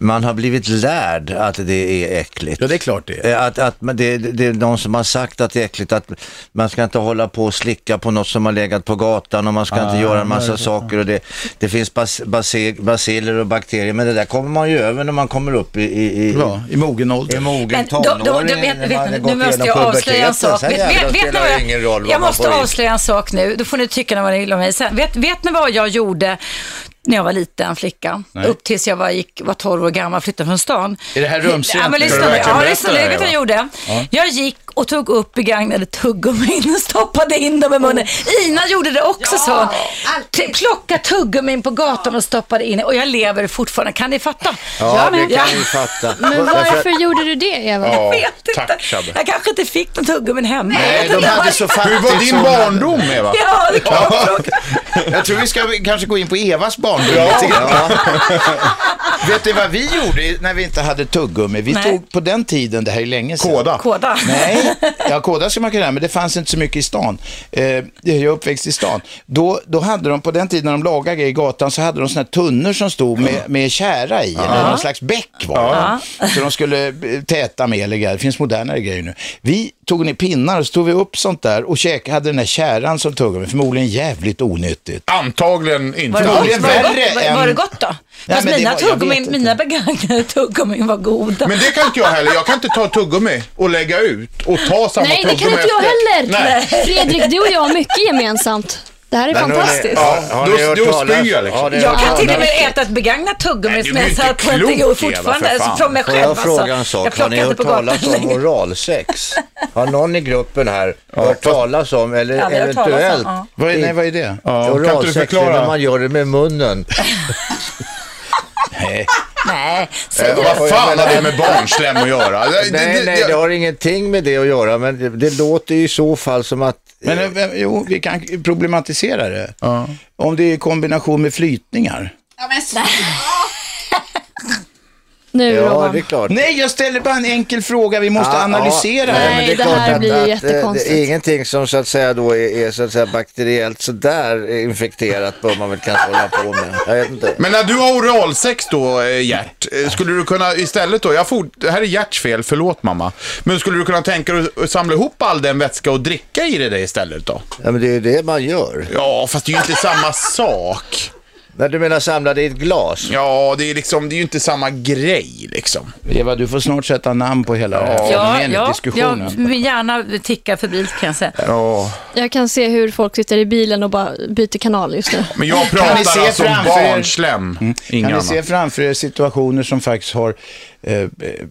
[SPEAKER 8] man har blivit lärd att det är äckligt.
[SPEAKER 2] Ja, det är klart det är.
[SPEAKER 8] Eh, Att, att man, det, det är någon som har sagt att det är äckligt, att man ska inte hålla på och slicka på något som har legat på gatan och man ska inte göra en massa saker och det, det finns bas, base, basiler och bakterier, men det där kommer man ju över när man kommer upp i, i, i,
[SPEAKER 2] Ja, I mogen ålder.
[SPEAKER 8] i mogen
[SPEAKER 1] Men då, då, då,
[SPEAKER 8] tonåring,
[SPEAKER 1] vet,
[SPEAKER 8] när
[SPEAKER 1] vet,
[SPEAKER 8] man har
[SPEAKER 1] ni,
[SPEAKER 8] gått
[SPEAKER 1] nu måste
[SPEAKER 8] igenom
[SPEAKER 1] jag avslöja en
[SPEAKER 8] puberteten,
[SPEAKER 1] sak.
[SPEAKER 8] sen
[SPEAKER 1] Vet,
[SPEAKER 8] jävlar
[SPEAKER 1] vet, vet ni
[SPEAKER 8] spelar
[SPEAKER 1] vad
[SPEAKER 8] det
[SPEAKER 1] jag,
[SPEAKER 8] ingen roll vad
[SPEAKER 1] jag
[SPEAKER 8] man
[SPEAKER 1] måste
[SPEAKER 8] får i.
[SPEAKER 1] avslöja en sak nu. Då får ni tycka vad ni vill om mig sen. Vet, vet ni vad jag gjorde när jag var liten flicka? Upp tills jag var, gick, var 12 år gammal och flyttade från stan.
[SPEAKER 2] Är det här rumsrent
[SPEAKER 1] Ja, men
[SPEAKER 2] nu?
[SPEAKER 1] lyssna
[SPEAKER 2] Ska du
[SPEAKER 1] nu.
[SPEAKER 2] verkligen
[SPEAKER 1] Ja,
[SPEAKER 2] berätta
[SPEAKER 1] lyssna
[SPEAKER 2] det
[SPEAKER 1] nu.
[SPEAKER 2] här,
[SPEAKER 1] Vet du vad jag
[SPEAKER 2] va?
[SPEAKER 1] gjorde? Jag gick och tog upp begagnade tuggummin och stoppade in dem i munnen. Ina gjorde det också, sa hon. T- Plocka tuggummin på gatan och stoppade in Och jag lever fortfarande. Kan ni fatta?
[SPEAKER 8] Ja, det
[SPEAKER 1] Ja.
[SPEAKER 8] kan vi fatta.
[SPEAKER 7] Men varför gjorde du det, Eva?
[SPEAKER 4] Ja,
[SPEAKER 1] Jag vet inte.
[SPEAKER 4] tack Shabbe.
[SPEAKER 1] Jag kanske inte fick någon tuggummin hemma. Jag
[SPEAKER 2] Nej,
[SPEAKER 1] vet
[SPEAKER 2] de
[SPEAKER 1] inte
[SPEAKER 2] hade
[SPEAKER 1] varför.
[SPEAKER 2] så
[SPEAKER 4] Hur var
[SPEAKER 2] fattigt
[SPEAKER 4] din
[SPEAKER 2] som-
[SPEAKER 4] barndom Eva?
[SPEAKER 1] Ja, det kan jag fråga.
[SPEAKER 2] Jag tror vi ska kanske gå in på Evas barndom
[SPEAKER 4] Ja.
[SPEAKER 2] lite grann. Vet du vad vi gjorde när vi inte hade tuggummi? Vi
[SPEAKER 1] Nej.
[SPEAKER 2] tog på den tiden, det här är länge sedan.
[SPEAKER 4] Kåda.
[SPEAKER 1] Kåda.
[SPEAKER 2] Nej, ja, Koda ska man kunna göra, men det fanns inte så mycket i stan. Eh, jag är uppväxt i stan. Då, då hade de, på den tiden när de lagade grejer i gatan, så hade de såna här tunnor som stod med, med kära i, eller någon slags bäck var det. Så de skulle eh, täta med eller grejer. Det finns modernare grejer nu. Vi tog ner pinnar och så tog vi upp sånt där och käkade, hade den här käran som tuggummi, förmodligen jävligt onyttigt.
[SPEAKER 4] Antagligen
[SPEAKER 1] Var
[SPEAKER 4] inte.
[SPEAKER 1] det
[SPEAKER 2] Förmodligen
[SPEAKER 1] gott? Var det gott?
[SPEAKER 2] värre
[SPEAKER 1] Var- Var det
[SPEAKER 2] än-
[SPEAKER 1] gott då? Fast
[SPEAKER 2] men det
[SPEAKER 1] mina,
[SPEAKER 2] var- jag vet
[SPEAKER 1] tuggummin,
[SPEAKER 2] inte.
[SPEAKER 1] mina begagnade tuggummin var goda.
[SPEAKER 4] Men det kan inte jag heller. Jag kan inte ta tuggummi och lägga ut och ta samma
[SPEAKER 7] Nej, det
[SPEAKER 4] tuggummi
[SPEAKER 7] kan inte jag
[SPEAKER 4] efter.
[SPEAKER 7] heller.
[SPEAKER 4] Nej.
[SPEAKER 7] Fredrik, du och jag har mycket gemensamt. Det här är
[SPEAKER 8] Men hörni,
[SPEAKER 7] fantastiskt.
[SPEAKER 8] ja, har ni
[SPEAKER 4] Då-
[SPEAKER 8] hört
[SPEAKER 4] då
[SPEAKER 8] talas-
[SPEAKER 4] spyr jag liksom.
[SPEAKER 8] Ja, det har
[SPEAKER 1] jag
[SPEAKER 8] hört
[SPEAKER 1] kan till och
[SPEAKER 8] talas-
[SPEAKER 1] med äta ett begagnat tuggummi
[SPEAKER 4] Nej, du
[SPEAKER 1] som
[SPEAKER 4] är
[SPEAKER 1] jag
[SPEAKER 4] inte
[SPEAKER 1] satt på
[SPEAKER 4] klok,
[SPEAKER 1] en
[SPEAKER 4] Eva,
[SPEAKER 1] och
[SPEAKER 4] för
[SPEAKER 1] fortfarande,
[SPEAKER 4] fan.
[SPEAKER 1] alltså, från mig
[SPEAKER 8] Får
[SPEAKER 1] själv
[SPEAKER 8] jag fråga en
[SPEAKER 1] alltså.
[SPEAKER 8] sak?
[SPEAKER 1] Jag
[SPEAKER 8] Har
[SPEAKER 1] plockar
[SPEAKER 8] ni
[SPEAKER 1] inte
[SPEAKER 8] hört
[SPEAKER 1] på gatan
[SPEAKER 8] talas om
[SPEAKER 1] längre.
[SPEAKER 8] oralsex? Har någon i gruppen här hört talas om, eller
[SPEAKER 1] Ja, vi har hört talas om,
[SPEAKER 8] eventuellt?
[SPEAKER 1] ja.
[SPEAKER 2] Vad är, nej, vad är det?
[SPEAKER 4] Ja, kan inte du
[SPEAKER 8] Oralsex är
[SPEAKER 4] förklara?
[SPEAKER 8] när man gör det med munnen.
[SPEAKER 1] Nej,
[SPEAKER 4] Eh,
[SPEAKER 1] säg det.
[SPEAKER 4] Vad fan har det med barnslem att göra? Det- det-
[SPEAKER 8] Nej,
[SPEAKER 4] det-
[SPEAKER 8] nej, det har ingenting med det att göra, men det, det låter ju i så fall som att...
[SPEAKER 2] Men eh, vem- jo, vi kan problematisera det. Om det är i kombination med flytningar.
[SPEAKER 7] Nu,
[SPEAKER 8] ja,
[SPEAKER 7] Robban.
[SPEAKER 8] det är klart.
[SPEAKER 2] Nej, jag ställer bara en enkel fråga. Vi måste
[SPEAKER 8] Ja,
[SPEAKER 2] analysera
[SPEAKER 8] Ah, ja,
[SPEAKER 2] det.
[SPEAKER 8] men
[SPEAKER 7] Nej,
[SPEAKER 8] är
[SPEAKER 7] det
[SPEAKER 8] klart
[SPEAKER 7] här blir
[SPEAKER 8] eh,
[SPEAKER 7] jättekonstigt.
[SPEAKER 8] Det är ingenting som så att säga då är, är så att säga bakteriellt sådär infekterat bör man väl kanske hålla på med. Jag vet inte.
[SPEAKER 4] Men när du har oralsex då, eh, Gert, eh, skulle du kunna istället då, jag for, det här är Gerts fel, förlåt mamma, men skulle du kunna tänka dig att samla ihop all den vätska och dricka i det där istället då?
[SPEAKER 8] Ja, men det är ju det man gör.
[SPEAKER 4] Ja, fast det är ju inte samma sak.
[SPEAKER 8] När du menar samlade i ett glas?
[SPEAKER 4] Ja, det är, liksom, det är ju inte samma grej liksom.
[SPEAKER 2] Eva, du får snart sätta namn på hela det här
[SPEAKER 1] Ja,
[SPEAKER 2] fenomenet,
[SPEAKER 1] ja,
[SPEAKER 2] diskussionen.
[SPEAKER 1] jag vill gärna ticka förbi kan jag säga.
[SPEAKER 4] Ja.
[SPEAKER 7] Jag kan se hur folk sitter i bilen och bara byter kanal just nu.
[SPEAKER 4] Men jag
[SPEAKER 2] Kan ni se
[SPEAKER 4] pratar alltså om
[SPEAKER 2] framför er-
[SPEAKER 4] barnslem, inga
[SPEAKER 2] Kan ni
[SPEAKER 4] annat.
[SPEAKER 2] se framför er situationer som faktiskt har eh,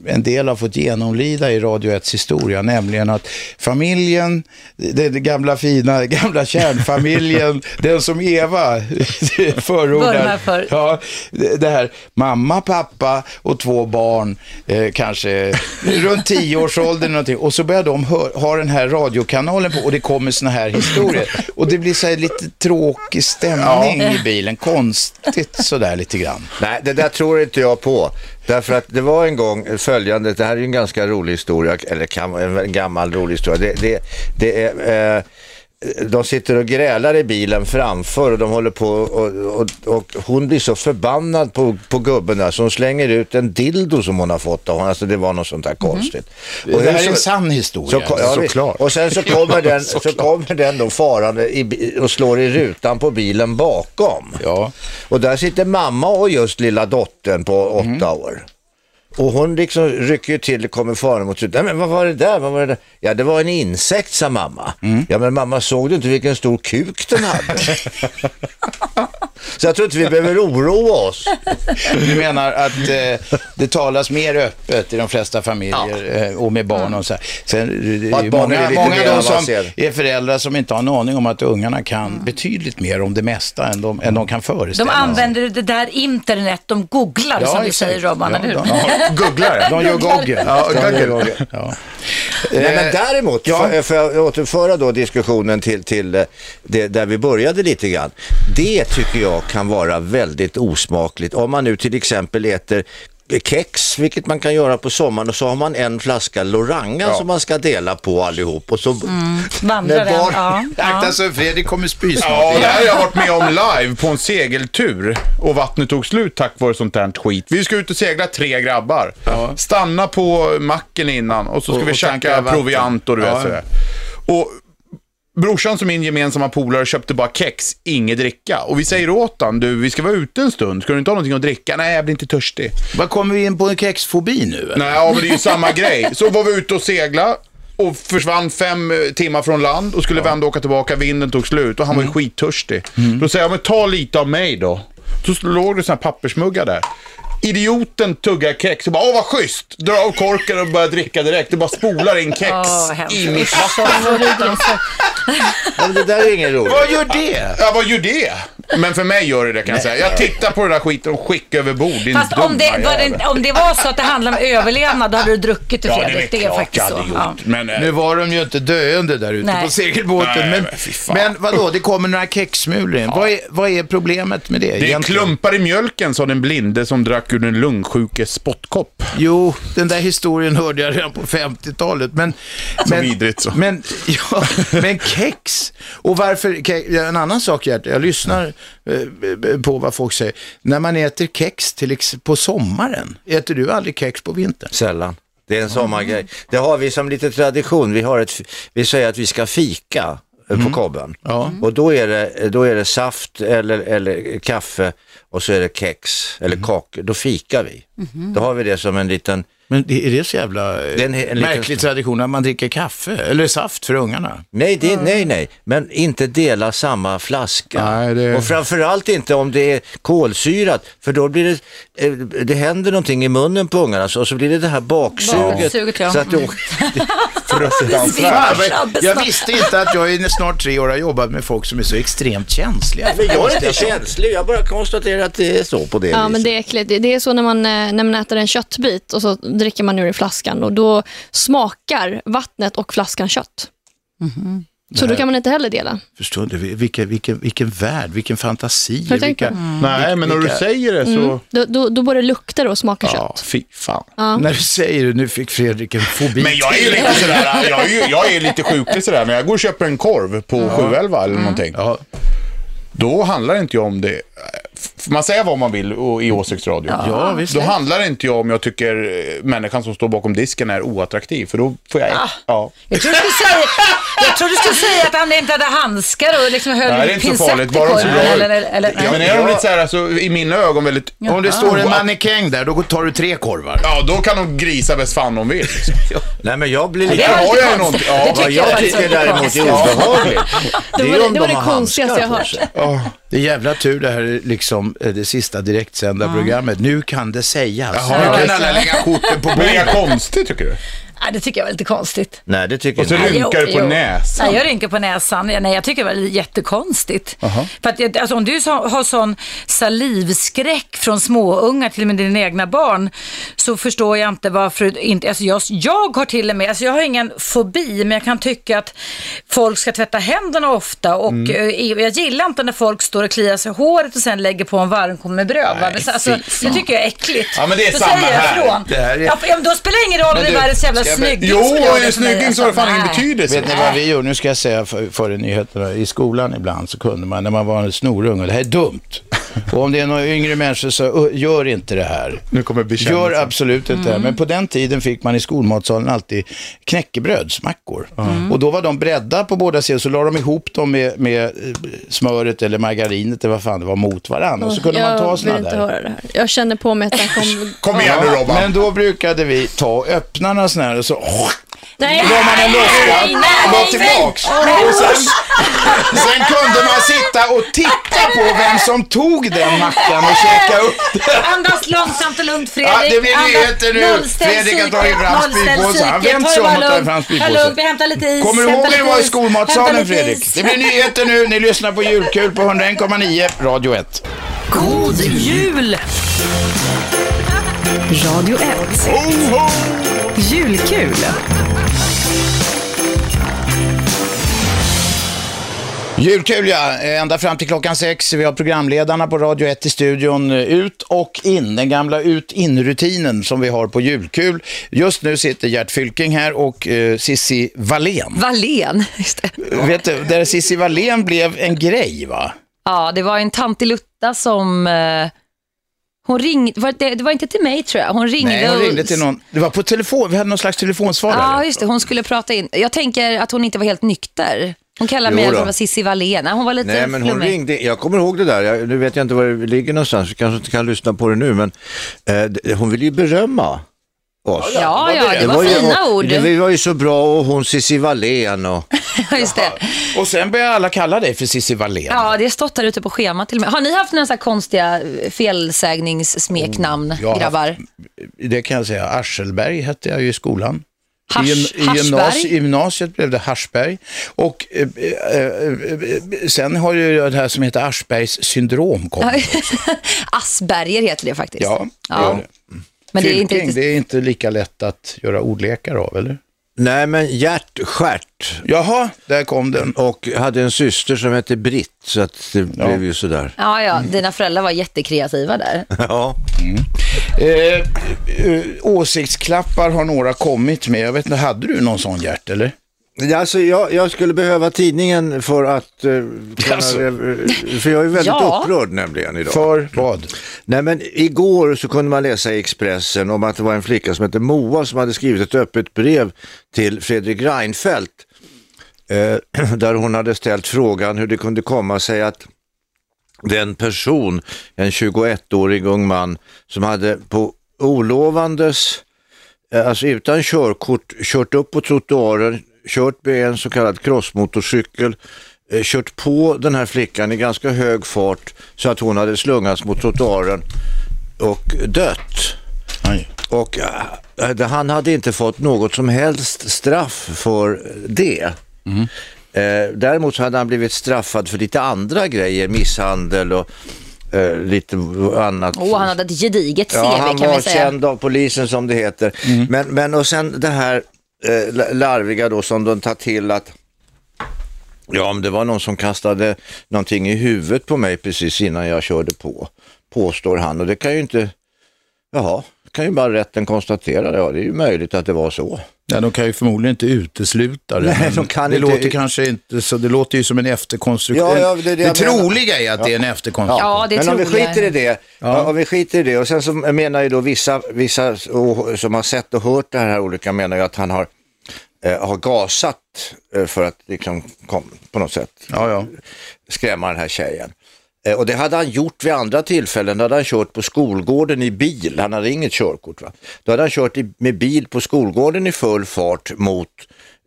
[SPEAKER 2] en del har fått genomlida i Radio 1 historia, nämligen att familjen, den gamla fina, det gamla kärnfamiljen, den som Eva
[SPEAKER 1] Vurmar
[SPEAKER 2] förordar.
[SPEAKER 1] för.
[SPEAKER 2] Ja, det det här, mamma, pappa och två barn, eh, kanske runt tioårsåldern eller någonting. Och så börjar de hö- ha den här radiokanalen på och det kommer såna här historier. Och det blir så här lite tråkig stämning i bilen, konstigt sådär lite grann.
[SPEAKER 8] Nej, det där tror inte jag på. Därför att det var en gång följande, det här är ju en ganska rolig historia, eller kan, en gammal rolig historia. Det, det, det är, eh, de sitter och grälar i bilen framför och de håller på och, och, och hon blir så förbannad på, på gubben där så hon slänger ut en dildo som hon har fått av honom. Alltså det var något sånt där konstigt. Och
[SPEAKER 2] Mm. det
[SPEAKER 8] hur
[SPEAKER 2] här är
[SPEAKER 8] så-
[SPEAKER 2] en sann historia.
[SPEAKER 8] Så, ja, visst.
[SPEAKER 2] såklart.
[SPEAKER 8] Och sen så kommer den, så kommer den då farande i, bi- och slår i rutan på bilen bakom.
[SPEAKER 2] Ja.
[SPEAKER 8] Och där sitter mamma och just lilla dottern på åtta
[SPEAKER 2] Mhm.
[SPEAKER 8] år. Och hon liksom rycker ju till och kommer farande mot slutet. Nej men vad var det där? Vad var det där? Ja det var en insekt sa mamma.
[SPEAKER 2] Mm.
[SPEAKER 8] Ja men mamma såg du inte vilken stor kuk den hade? så jag tror inte vi behöver oroa oss.
[SPEAKER 2] Du menar att eh, det talas mer öppet i de flesta familjer eh, och med
[SPEAKER 1] Mm.
[SPEAKER 2] barn och så här. Sen, eh, det
[SPEAKER 8] Och
[SPEAKER 2] är
[SPEAKER 8] att
[SPEAKER 2] ju
[SPEAKER 8] barnen
[SPEAKER 2] många,
[SPEAKER 8] är lite
[SPEAKER 2] många
[SPEAKER 8] mer
[SPEAKER 2] av de som
[SPEAKER 8] avancerade.
[SPEAKER 2] är föräldrar som inte har en aning om att ungarna kan betydligt mer om det mesta än de, än de kan
[SPEAKER 1] Mm. De
[SPEAKER 2] föreställa sig.
[SPEAKER 1] använder det där internet, de googlar som du
[SPEAKER 2] exakt.
[SPEAKER 1] säger Robban,
[SPEAKER 2] Ja,
[SPEAKER 1] eller hur?
[SPEAKER 2] de- ja,
[SPEAKER 4] Gugglare.
[SPEAKER 2] De gör goggel.
[SPEAKER 4] Ja,
[SPEAKER 2] De gör
[SPEAKER 4] goggel.
[SPEAKER 2] goggel. Ja.
[SPEAKER 8] Nej, men däremot,
[SPEAKER 2] Eh, ja.
[SPEAKER 8] för, för att återföra då diskussionen till, till eh, det, där vi började lite grann. Det tycker jag kan vara väldigt osmakligt. Om man nu till exempel äter kex, vilket man kan göra på sommaren och så har man en flaska Loranga som man ska dela på allihop och så
[SPEAKER 2] Mm.
[SPEAKER 1] Vandrar
[SPEAKER 8] Men
[SPEAKER 1] den.
[SPEAKER 8] var-
[SPEAKER 1] Ja, ja.
[SPEAKER 2] Akta så Fredrik kommer spy snart.
[SPEAKER 4] Ja, det här har jag varit med om live på en segeltur och vattnet tog slut tack vare sånt här skit. Vi ska ut och segla tre grabbar. Stanna på macken innan och så ska
[SPEAKER 2] Och-
[SPEAKER 4] vi
[SPEAKER 2] och tanka
[SPEAKER 4] käka
[SPEAKER 2] vatten.
[SPEAKER 4] proviant och du
[SPEAKER 2] Ja.
[SPEAKER 4] vet sådär. Och brorsan som min gemensamma polare köpte bara kex, inget dricka. Och vi säger åt han, du vi ska vara ute en stund, ska du inte ha någonting att dricka? Nej, jag blir inte törstig.
[SPEAKER 2] Vad kommer vi in på en kexfobi nu? eller?
[SPEAKER 4] Nej, ja, men det är ju samma grej. Så var vi ute och segla och försvann fem eh, timmar från land och skulle vända och åka tillbaka. Vinden tog slut och han var ju skittörstig. Då säger jag, men ta lite av mig då. Så låg det såna här pappersmuggar där. Idioten tuggar kex och bara, åh vad schysst! Drar av korken och börjar dricka direkt. Det bara spolar in kex
[SPEAKER 1] Åh, hemskt.
[SPEAKER 4] in i
[SPEAKER 8] Ja, men det där är ju ingen roligt.
[SPEAKER 2] Vad gör det?
[SPEAKER 4] Ja, vad gör det? Men för mig gör det det kan jag säga. Jag tittar på den där skiten och skickar över bord, din
[SPEAKER 1] Fast om
[SPEAKER 4] dumma
[SPEAKER 1] det, var
[SPEAKER 4] jävel.
[SPEAKER 1] det, om det var så att det handlade om överlevnad, då hade du druckit till
[SPEAKER 4] Ja, det är
[SPEAKER 1] Fredrik.
[SPEAKER 4] väl
[SPEAKER 1] Det är
[SPEAKER 4] klart jag
[SPEAKER 1] faktiskt så.
[SPEAKER 4] hade
[SPEAKER 1] Ja.
[SPEAKER 4] gjort. Men, eh,
[SPEAKER 2] Nu var de ju inte döende där ute
[SPEAKER 1] Nej.
[SPEAKER 2] på segelbåten.
[SPEAKER 4] Nej,
[SPEAKER 2] men,
[SPEAKER 4] men fy fan.
[SPEAKER 2] men vadå, det kommer några kexsmulor in. Vad, är, vad är problemet med det,
[SPEAKER 4] Det är klumpar i mjölken, sa den blinde som drack ur den lungsjukes spottkopp.
[SPEAKER 2] Jo, den där historien hörde jag redan på 50-talet. Men,
[SPEAKER 4] Så vidrigt så.
[SPEAKER 2] Men, ja, men kex, och varför, ke- en annan sak Gert, jag lyssnar eh, b- b- på vad folk säger. När man äter kex till ex- på sommaren, äter du aldrig kex på vintern?
[SPEAKER 8] Sällan. Det är en sommargrej. Det har vi som lite tradition. Vi, har ett, f- vi säger att vi ska fika eh, på kobben.
[SPEAKER 2] Ja.
[SPEAKER 8] Och då är, det, då är det saft eller, eller kaffe och så är det kex eller kakor. Då fikar vi. Då har vi det som en liten...
[SPEAKER 2] Men det- är det så jävla eh,
[SPEAKER 8] Det är en- en liten-
[SPEAKER 2] märklig tradition att man dricker kaffe, eller saft för ungarna?
[SPEAKER 8] Nej, det, nej, nej, men inte dela samma flaska.
[SPEAKER 4] Nej, det-
[SPEAKER 8] Och framförallt inte om det är kolsyrat, för då blir det, eh, det händer någonting i munnen på ungarna så- och så blir det det här baksuget.
[SPEAKER 5] Baksuget, ja.
[SPEAKER 8] Så att du,
[SPEAKER 2] Fan, vad-
[SPEAKER 1] Snabbt,
[SPEAKER 2] Jag
[SPEAKER 1] snabbt.
[SPEAKER 2] visste inte att jag i snart tre år har jobbat med folk som är så extremt känsliga.
[SPEAKER 8] Men jag är inte känslig, jag bara konstaterar att det är så på det
[SPEAKER 7] Ja,
[SPEAKER 8] viset.
[SPEAKER 7] men det är äckligt. Det- Det är så när man, eh, när man äter en köttbit och så dricker man ur i flaskan och då smakar vattnet och flaskan kött.
[SPEAKER 2] Mhm.
[SPEAKER 7] Så då kan man inte heller dela.
[SPEAKER 2] Förstår du? Vilken, vilken, vilken värld, vilken fantasi.
[SPEAKER 7] Jag tänkte-
[SPEAKER 2] Vilka,
[SPEAKER 4] Nej, men när du
[SPEAKER 2] vilka-
[SPEAKER 4] säger det så...
[SPEAKER 7] Då, då, då både luktar det och smakar
[SPEAKER 4] Ja,
[SPEAKER 7] Mm. kött.
[SPEAKER 4] fy fan.
[SPEAKER 2] När du säger det, nu fick Fredrik en fobi.
[SPEAKER 4] Men jag är ju lite sådär, jag är, ju, jag är lite sjuklig sådär, men jag går och köper en korv på 711 eller någonting.
[SPEAKER 2] Ja.
[SPEAKER 4] Då handlar inte jag om det, F- man säger vad man vill och- i åsiktsradio.
[SPEAKER 2] Ja, visst.
[SPEAKER 4] Då handlar inte jag om jag tycker eh, människan som står bakom disken är oattraktiv, för då får jag... Ja.
[SPEAKER 1] Jag trodde du skulle säga, jag trodde du skulle säga att han inte hade handskar och liksom höll
[SPEAKER 4] Nej, det är inte så
[SPEAKER 1] pincett
[SPEAKER 4] farligt,
[SPEAKER 1] i
[SPEAKER 4] bara de ser
[SPEAKER 1] korven,
[SPEAKER 4] bra ut.
[SPEAKER 1] eller, eller, eller,
[SPEAKER 4] Ja, men är de lite såhär, alltså, i mina ögon väldigt...
[SPEAKER 2] Om det står en mannekäng där, då tar du tre korvar.
[SPEAKER 4] Ja, då kan de grisa bäst fan de vill. liksom.
[SPEAKER 8] Nej, men jag blir
[SPEAKER 1] Det
[SPEAKER 8] lite...
[SPEAKER 1] var
[SPEAKER 4] har
[SPEAKER 1] lite
[SPEAKER 4] jag ju
[SPEAKER 1] konstigt.
[SPEAKER 4] någonting. Ja,
[SPEAKER 1] Det
[SPEAKER 8] Vad
[SPEAKER 1] tycker jag,
[SPEAKER 8] jag
[SPEAKER 1] faktiskt
[SPEAKER 8] tycker
[SPEAKER 1] var lite
[SPEAKER 8] däremot är
[SPEAKER 1] konstigt.
[SPEAKER 8] obehagligt,
[SPEAKER 7] Det
[SPEAKER 8] det
[SPEAKER 7] var det-
[SPEAKER 8] är om
[SPEAKER 7] det
[SPEAKER 8] de
[SPEAKER 7] var
[SPEAKER 8] har
[SPEAKER 7] det konstigaste
[SPEAKER 8] handskar
[SPEAKER 7] jag
[SPEAKER 8] på
[SPEAKER 7] hört.
[SPEAKER 8] sig.
[SPEAKER 2] Det är jävla tur det här är liksom eh, det sista direktsända programmet. Nu kan det sägas.
[SPEAKER 4] Jaha,
[SPEAKER 2] nu kan
[SPEAKER 4] just det.
[SPEAKER 2] alla lägga korten på
[SPEAKER 4] Men är
[SPEAKER 2] bordet.
[SPEAKER 4] jag konstig tycker du?
[SPEAKER 1] Nej, det tycker jag var lite konstigt.
[SPEAKER 8] Nej, det tycker
[SPEAKER 4] Och så
[SPEAKER 8] jag inte.
[SPEAKER 1] Nej,
[SPEAKER 4] rynkar du
[SPEAKER 1] jo,
[SPEAKER 4] på
[SPEAKER 1] jo.
[SPEAKER 4] näsan.
[SPEAKER 1] Nej, jag rynkar på näsan. Ja, Nej, jag tycker det var jättekonstigt. För att, jag- alltså, om du så, har sån salivskräck från småungar, till och med dina egna barn, så förstår jag inte varför inte... Alltså, jag, jag har till och med, alltså, jag har ingen fobi, men jag kan tycka att folk ska tvätta händerna ofta och
[SPEAKER 4] Mm.
[SPEAKER 1] eh, jag gillar inte när folk står och kliar sig i håret och sen lägger på en varmkorv med bröd. va? Men så- Alltså, det tycker jag är äckligt.
[SPEAKER 4] Ja, men det är
[SPEAKER 1] då
[SPEAKER 4] samma
[SPEAKER 1] säger jag
[SPEAKER 4] här.
[SPEAKER 1] ifrån.
[SPEAKER 2] Det här är-
[SPEAKER 1] Ja, för- ja, men då spelar det ingen roll om
[SPEAKER 2] Men
[SPEAKER 1] det är
[SPEAKER 2] du,
[SPEAKER 1] världens jävla
[SPEAKER 2] ska jag be-
[SPEAKER 1] snygging. som
[SPEAKER 4] Jo,
[SPEAKER 1] gör det
[SPEAKER 4] är det
[SPEAKER 1] för mig,
[SPEAKER 4] snygging så har
[SPEAKER 1] alltså.
[SPEAKER 4] det fan ingen
[SPEAKER 1] Nej.
[SPEAKER 4] betydelse.
[SPEAKER 2] Vet ni vad vi gjorde? Nu ska jag säga för- före nyheterna. I skolan ibland så kunde man, när man var en snorunge, det här är dumt. Och om det är några yngre människor så "Ö, gör inte det här.
[SPEAKER 4] Nu kommer bekännelsen.
[SPEAKER 2] Gör absolut inte det här. Men på den tiden fick man i skolmatsalen alltid knäckebrödsmackor. Och då var de bredda på båda sidor, så la de ihop dem med, med eh, smöret eller margarinet eller vad fan det var mot varandra. Och så kunde
[SPEAKER 7] jag
[SPEAKER 2] man ta
[SPEAKER 7] vill
[SPEAKER 2] sådana
[SPEAKER 7] inte
[SPEAKER 2] där.
[SPEAKER 7] höra det här. Jag känner på mig att det här kommer...
[SPEAKER 4] Kom igen nu Robban.
[SPEAKER 2] Men då brukade vi ta och öppna några sådana här och så...
[SPEAKER 7] Nej,
[SPEAKER 2] Då var man en
[SPEAKER 7] nej,
[SPEAKER 2] loska
[SPEAKER 7] nej,
[SPEAKER 2] och la tillbaks. Och sen, sen kunde man sitta och titta på vem som tog den mackan och käka upp den.
[SPEAKER 1] Andas långsamt och lugnt Fredrik.
[SPEAKER 2] Ja, det blir
[SPEAKER 1] Andas-
[SPEAKER 2] nyheter nu.
[SPEAKER 1] Nollställ
[SPEAKER 2] Fredrik har tagit
[SPEAKER 1] psyke,
[SPEAKER 2] fram
[SPEAKER 1] nollställ
[SPEAKER 2] spypåsen.
[SPEAKER 1] psyke.
[SPEAKER 2] Han vänt
[SPEAKER 1] Ta det
[SPEAKER 2] sig om
[SPEAKER 1] bara
[SPEAKER 2] och tagit
[SPEAKER 1] lugnt.
[SPEAKER 2] fram spypåsen.
[SPEAKER 1] Ta det lugnt, vi hämtar lite is.
[SPEAKER 2] Kommer du ihåg
[SPEAKER 1] hämtar
[SPEAKER 2] hur det
[SPEAKER 1] lite
[SPEAKER 2] var i
[SPEAKER 1] is, hämtar
[SPEAKER 2] skolmatsalen
[SPEAKER 1] lite
[SPEAKER 2] Fredrik?
[SPEAKER 1] is.
[SPEAKER 2] Det blir nyheter nu. Ni lyssnar på Julkul på 101,9 Radio 1.
[SPEAKER 6] God jul! Radio 1. Julkul.
[SPEAKER 2] Julkul ja, Eh, ända fram till klockan sex. Vi har programledarna på Radio 1 i studion. Eh, Ut och in, den gamla ut-in-rutinen som vi har på julkul. Just nu sitter Gert Fylking här och eh, Sissi Wallén.
[SPEAKER 9] Wallén, just det.
[SPEAKER 2] Vet du, där Sissi Wallén blev en grej va?
[SPEAKER 9] Ja, det var en tantilutta som... Eh, hon ringde, var det, det var inte till mig tror jag, hon ringde
[SPEAKER 2] Nej, hon
[SPEAKER 9] och-
[SPEAKER 2] ringde till någon. Det var på telefon, vi hade någon slags telefonsvarare.
[SPEAKER 9] Ja, just det. Hon skulle prata in. Jag tänker att hon inte var helt nykter. Hon kallar mig
[SPEAKER 8] Jo
[SPEAKER 9] att
[SPEAKER 8] då.
[SPEAKER 9] hon var Cissi Wallén. Nej, Hon var lite
[SPEAKER 8] Nej, men hon
[SPEAKER 9] flummig.
[SPEAKER 8] ringde. Jag kommer ihåg det där. Jag, nu vet jag inte var det ligger någonstans. Vi kanske inte kan lyssna på det nu, men eh, d- hon ville ju berömma oss.
[SPEAKER 9] Ja, ja, det var
[SPEAKER 8] ju-
[SPEAKER 9] fina
[SPEAKER 8] och-
[SPEAKER 9] ord.
[SPEAKER 8] Det, vi var ju så bra och hon Cissi Wallén och...
[SPEAKER 9] Ja, just det.
[SPEAKER 2] Och sen började alla kalla dig för Sissi Wallén.
[SPEAKER 9] Ja, det har stått där ute på schemat till och med. Har ni haft några så här konstiga eh, felsägningssmeknamn,
[SPEAKER 8] Mm,
[SPEAKER 2] jag har
[SPEAKER 9] grabbar?
[SPEAKER 2] Det kan jag säga. Arselberg hette jag ju i skolan. I,
[SPEAKER 9] Hasch-
[SPEAKER 2] gym- i, gymnasiet,
[SPEAKER 9] Haschberg?
[SPEAKER 2] I gymnasiet blev det Haschberg. Och eh, eh, eh, eh, sen har ju jag det här som heter Aschbergs syndrom kommit.
[SPEAKER 9] Asperger heter det faktiskt.
[SPEAKER 2] Ja,
[SPEAKER 9] Ja.
[SPEAKER 2] gör det.
[SPEAKER 9] Men det är inte
[SPEAKER 2] Fylking,
[SPEAKER 9] riktigt...
[SPEAKER 2] det är inte lika lätt att göra ordlekar av, eller?
[SPEAKER 8] Nej, men Gert Stjärt.
[SPEAKER 2] Jaha, där kom den.
[SPEAKER 8] Och hade en syster som hette Britt, så att det blev ju sådär.
[SPEAKER 9] Ja, ja,
[SPEAKER 8] Mm.
[SPEAKER 9] dina föräldrar var jättekreativa där.
[SPEAKER 8] Ja.
[SPEAKER 2] Eh, eh, åsiktsklappar har några kommit med. Jag vet inte, hade du någon sån Gert, eller?
[SPEAKER 8] Alltså, jag, jag skulle behöva tidningen för att... eh, kunna,
[SPEAKER 2] Alltså.
[SPEAKER 8] eh, För jag är väldigt
[SPEAKER 9] Ja.
[SPEAKER 8] upprörd nämligen idag.
[SPEAKER 2] För vad?
[SPEAKER 8] Nej men igår så kunde man läsa i Expressen om att det var en flicka som hette Moa som hade skrivit ett öppet brev till Fredrik Reinfeldt. Eh, där hon hade ställt frågan hur det kunde komma sig att den person, en 21-årig ung man, som hade på olovandes, eh, alltså utan körkort, kört upp på trottoaren, kört med en så kallad crossmotorcykel, eh, kört på den här flickan i ganska hög fart så att hon hade slungats mot trottoaren och dött.
[SPEAKER 2] Nej.
[SPEAKER 8] Och eh, det- han hade inte fått något som helst straff för det. Eh, däremot så hade han blivit straffad för lite andra grejer, misshandel och eh, lite annat.
[SPEAKER 9] Åh, han hade ett gediget CV
[SPEAKER 8] Ja, han
[SPEAKER 9] kan
[SPEAKER 8] var
[SPEAKER 9] man säga.
[SPEAKER 8] känd av polisen som det heter. Men, men och sen det här eh, la- larviga då som de tar till att Ja, om det var någon som kastade någonting i huvudet på mig precis innan jag körde på, påstår han. Och det kan ju inte, jaha, kan ju bara rätten konstatera. Ja, det är ju möjligt att det var så.
[SPEAKER 2] Ja, de kan ju förmodligen inte utesluta det.
[SPEAKER 8] Nej,
[SPEAKER 2] men
[SPEAKER 8] de kan
[SPEAKER 2] det
[SPEAKER 8] inte
[SPEAKER 2] låter
[SPEAKER 8] ut-
[SPEAKER 2] kanske inte så. Det låter ju som en efterkonstruktion.
[SPEAKER 8] Ja, ja, det är det jag menar.
[SPEAKER 2] troliga är att det är en efterkonstruktion.
[SPEAKER 9] Ja, det
[SPEAKER 8] Men om vi
[SPEAKER 9] tror jag.
[SPEAKER 8] skiter i det, om vi skiter i det och sen så menar ju då vissa, vissa och, som har sett och hört det här olika menar ju att han har, eh, har gasat eh, för att liksom kom, på något sätt
[SPEAKER 2] Ja, ja.
[SPEAKER 8] skrämma den här tjejen. Eh, Och det hade han gjort vid andra tillfällen, då hade han kört på skolgården i bil, han hade inget körkort. Va? Då hade han kört i, med bil på skolgården i full fart mot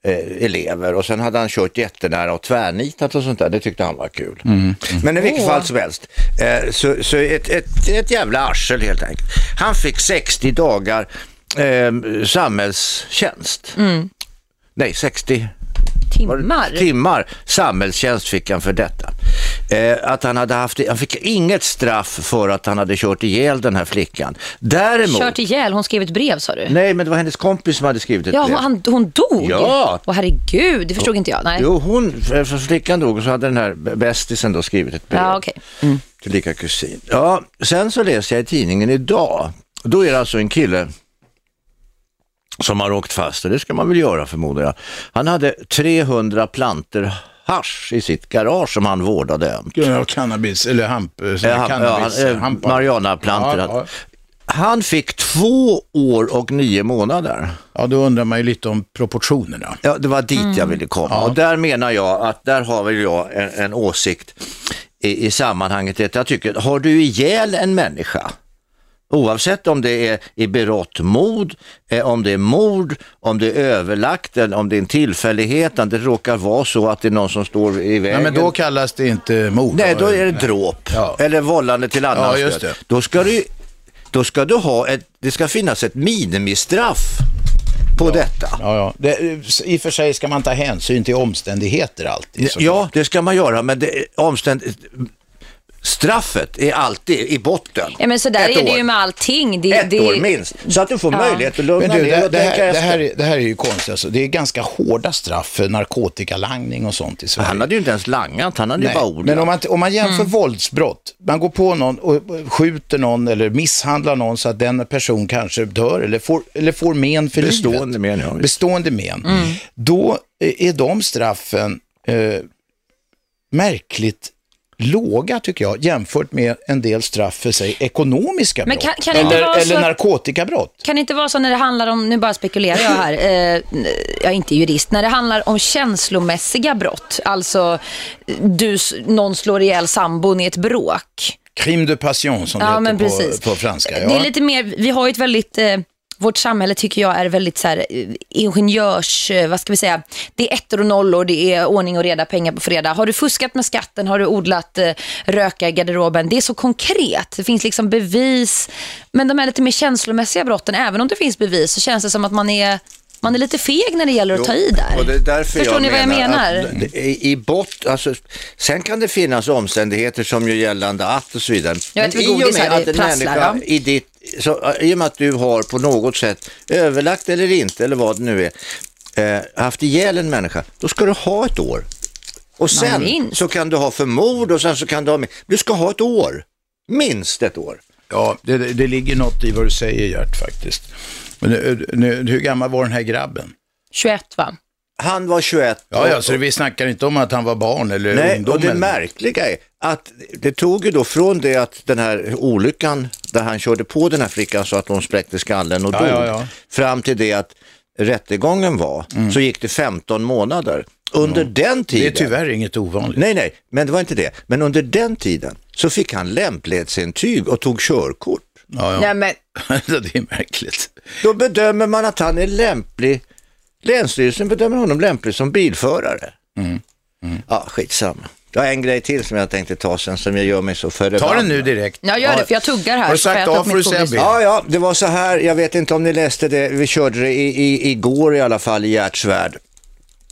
[SPEAKER 8] eh, elever och sen hade han kört jättenära och tvärnitat och sånt där, det tyckte han var kul. Men i vilket fall som helst, eh, så, så ett, ett, ett jävla arsel helt enkelt. Han fick 60 dagar eh, samhällstjänst. Nej, 60
[SPEAKER 9] Timmar?
[SPEAKER 8] timmar samhällstjänst fick han för detta. Eh, att han, hade haft, han fick inget straff för att han hade kört ihjäl den här flickan. Däremot,
[SPEAKER 9] Kört ihjäl, hon skrev ett brev sa du?
[SPEAKER 8] nej men det var hennes kompis som hade skrivit ett
[SPEAKER 9] Ja,
[SPEAKER 8] brev.
[SPEAKER 9] hon, han, hon dog?
[SPEAKER 8] Ja.
[SPEAKER 9] Åh herregud, det förstod inte jag. Nej.
[SPEAKER 8] Jo, hon, för för flickan dog och så hade den här b- bästisen då skrivit ett brev.
[SPEAKER 9] Ja, okej.
[SPEAKER 8] Tillika kusin. Ja, sen så läser jag i tidningen idag, då är det alltså en kille som har åkt fast, och det ska man väl göra förmodar jag. Han hade 300 planter hasch i sitt garage som han vårdade ömt.
[SPEAKER 2] Ja, cannabis, eller hamp,
[SPEAKER 8] Ja,
[SPEAKER 2] eh,
[SPEAKER 8] han, ja,
[SPEAKER 2] cannabis,
[SPEAKER 8] han, eh,
[SPEAKER 2] hampa.
[SPEAKER 8] Marianaplantor.
[SPEAKER 2] Ja, ja.
[SPEAKER 8] Han fick två år och nio månader.
[SPEAKER 2] ja, då undrar man ju lite om proportionerna.
[SPEAKER 8] Ja, det var dit jag ville komma. Och där menar jag att där har väl jag en, en åsikt i, i sammanhanget. Att jag tycker, har du ihjäl en människa, oavsett om det är i berått mod, eh, om det är mord, om det är överlagt, eller om det är en tillfällighet, om det råkar vara så att det är någon som står i vägen.
[SPEAKER 2] Nej, men då kallas det inte mord.
[SPEAKER 8] Nej, då är det dråp
[SPEAKER 2] Ja.
[SPEAKER 8] eller vållande till
[SPEAKER 2] Ja,
[SPEAKER 8] annans
[SPEAKER 2] just
[SPEAKER 8] död.
[SPEAKER 2] det.
[SPEAKER 8] Då ska du, då ska du ha ett, det ska finnas ett minimistraff på detta.
[SPEAKER 2] Ja, ja. Det, eh, I och för sig ska man ta hänsyn till omständigheter alltid. såklart.
[SPEAKER 8] Ja, det ska man göra, men det, omständ... Straffet är alltid i botten.
[SPEAKER 9] Ja, men så där
[SPEAKER 8] Ett
[SPEAKER 9] är det
[SPEAKER 8] år.
[SPEAKER 9] ju med allting. Det,
[SPEAKER 8] Ett
[SPEAKER 9] det,
[SPEAKER 8] år minst. Så att du får möjlighet att lugna
[SPEAKER 2] Men du,
[SPEAKER 8] ner
[SPEAKER 2] det,
[SPEAKER 8] och
[SPEAKER 2] det,
[SPEAKER 8] tänka
[SPEAKER 2] här, det,
[SPEAKER 8] efter.
[SPEAKER 2] här, är- det här är ju konstigt. Alltså. Det är ganska hårda straff för narkotikalangning och sånt i Sverige.
[SPEAKER 8] Han hade ju inte ens langat, han hade ju
[SPEAKER 2] Nej,
[SPEAKER 8] bara odlat.
[SPEAKER 2] Men om man, om man
[SPEAKER 9] Mm.
[SPEAKER 2] jämför våldsbrott, man går på någon och skjuter någon eller misshandlar någon så att den person kanske dör eller får, eller får men för
[SPEAKER 8] Bestående
[SPEAKER 2] livet.
[SPEAKER 8] men, ja, visst.
[SPEAKER 2] Bestående men.
[SPEAKER 9] Mm.
[SPEAKER 2] Då eh, är de straffen eh, märkligt låga tycker jag jämfört med en del straff för sig ekonomiska
[SPEAKER 9] Men
[SPEAKER 2] brott
[SPEAKER 9] kan- kan det inte
[SPEAKER 2] eller,
[SPEAKER 9] vara så
[SPEAKER 2] eller
[SPEAKER 9] att-
[SPEAKER 2] narkotikabrott.
[SPEAKER 9] Kan det inte vara så när det handlar om, nu bara spekulerar jag här, eh, jag är inte jurist, när det handlar om känslomässiga brott, alltså du, s- någon slår ihjäl sambon i ett bråk.
[SPEAKER 2] Crime de passion som
[SPEAKER 9] Ja,
[SPEAKER 2] det
[SPEAKER 9] men
[SPEAKER 2] heter
[SPEAKER 9] precis.
[SPEAKER 2] på, på franska.
[SPEAKER 9] Det
[SPEAKER 2] ja.
[SPEAKER 9] är lite mer, vi har ju ett väldigt, eh, vårt samhälle tycker jag är väldigt så här, eh, ingenjörs, eh, vad ska vi säga, det är ettor och nollor, det är ordning och reda, pengar på fredag. Har du fuskat med skatten, har du odlat eh, röka i garderoben? Det är så konkret, det finns liksom bevis. Men de här lite mer känslomässiga brotten, även om det finns bevis så känns det som att man är, man är lite feg när det gäller att ta i
[SPEAKER 8] Och det är
[SPEAKER 9] där.
[SPEAKER 8] därför
[SPEAKER 9] Förstår
[SPEAKER 8] jag
[SPEAKER 9] ni vad jag menar?
[SPEAKER 8] att det är I bott, alltså, sen kan det finnas omständigheter som gör gällande att och så vidare.
[SPEAKER 9] Jag äter väl godis här, det prasslar, ja.
[SPEAKER 8] i ditt, så, äh, i och med att du har på något sätt överlagt eller inte eller vad det nu är, eh, haft ihjäl en människa, då ska du ha ett år. Och sen
[SPEAKER 9] minst.
[SPEAKER 8] så kan du ha för mord och sen så kan du ha, min- du ska ha ett år, minst ett år.
[SPEAKER 2] Ja, det, det det ligger något i vad du säger Gert faktiskt. Men nu, nu, hur gammal var den här grabben?
[SPEAKER 9] 21 va?
[SPEAKER 8] Han var 21
[SPEAKER 2] Ja, ja, så vi snackar inte om att han var barn eller
[SPEAKER 8] Nej,
[SPEAKER 2] ungdom.
[SPEAKER 8] och det
[SPEAKER 2] eller-
[SPEAKER 8] märkliga är att det tog ju då från det att den här olyckan där han körde på den här flickan så att hon spräckte skallen och
[SPEAKER 2] Ja,
[SPEAKER 8] dog,
[SPEAKER 2] ja, ja. Mm.
[SPEAKER 8] fram till det att rättegången var, så gick det 15 månader. Under den
[SPEAKER 2] det är
[SPEAKER 8] tiden,
[SPEAKER 2] tyvärr inget ovanligt.
[SPEAKER 8] nej nej, men det var inte det, men under den tiden så fick han lämplighetsintyg och tog körkort.
[SPEAKER 2] Ja, ja.
[SPEAKER 9] Nej, men,
[SPEAKER 2] det är märkligt.
[SPEAKER 8] Då bedömer man att han är lämplig, Länsstyrelsen bedömer honom lämplig som bilförare.
[SPEAKER 2] Mm.
[SPEAKER 8] Ja, skitsamma. Jag har en grej till som jag tänkte ta sen som jag gör mig så förbannad.
[SPEAKER 2] Ta den nu direkt.
[SPEAKER 9] jag gör det för jag tuggar här.
[SPEAKER 2] Har du
[SPEAKER 9] så jag
[SPEAKER 2] sagt
[SPEAKER 9] äta
[SPEAKER 2] A
[SPEAKER 9] upp
[SPEAKER 2] får du
[SPEAKER 9] mitt
[SPEAKER 2] säga
[SPEAKER 9] godis.
[SPEAKER 2] B.
[SPEAKER 8] Ja, ja, det var så här, jag vet inte om ni läste det, vi körde det i, i, igår i alla fall i Gerts värld.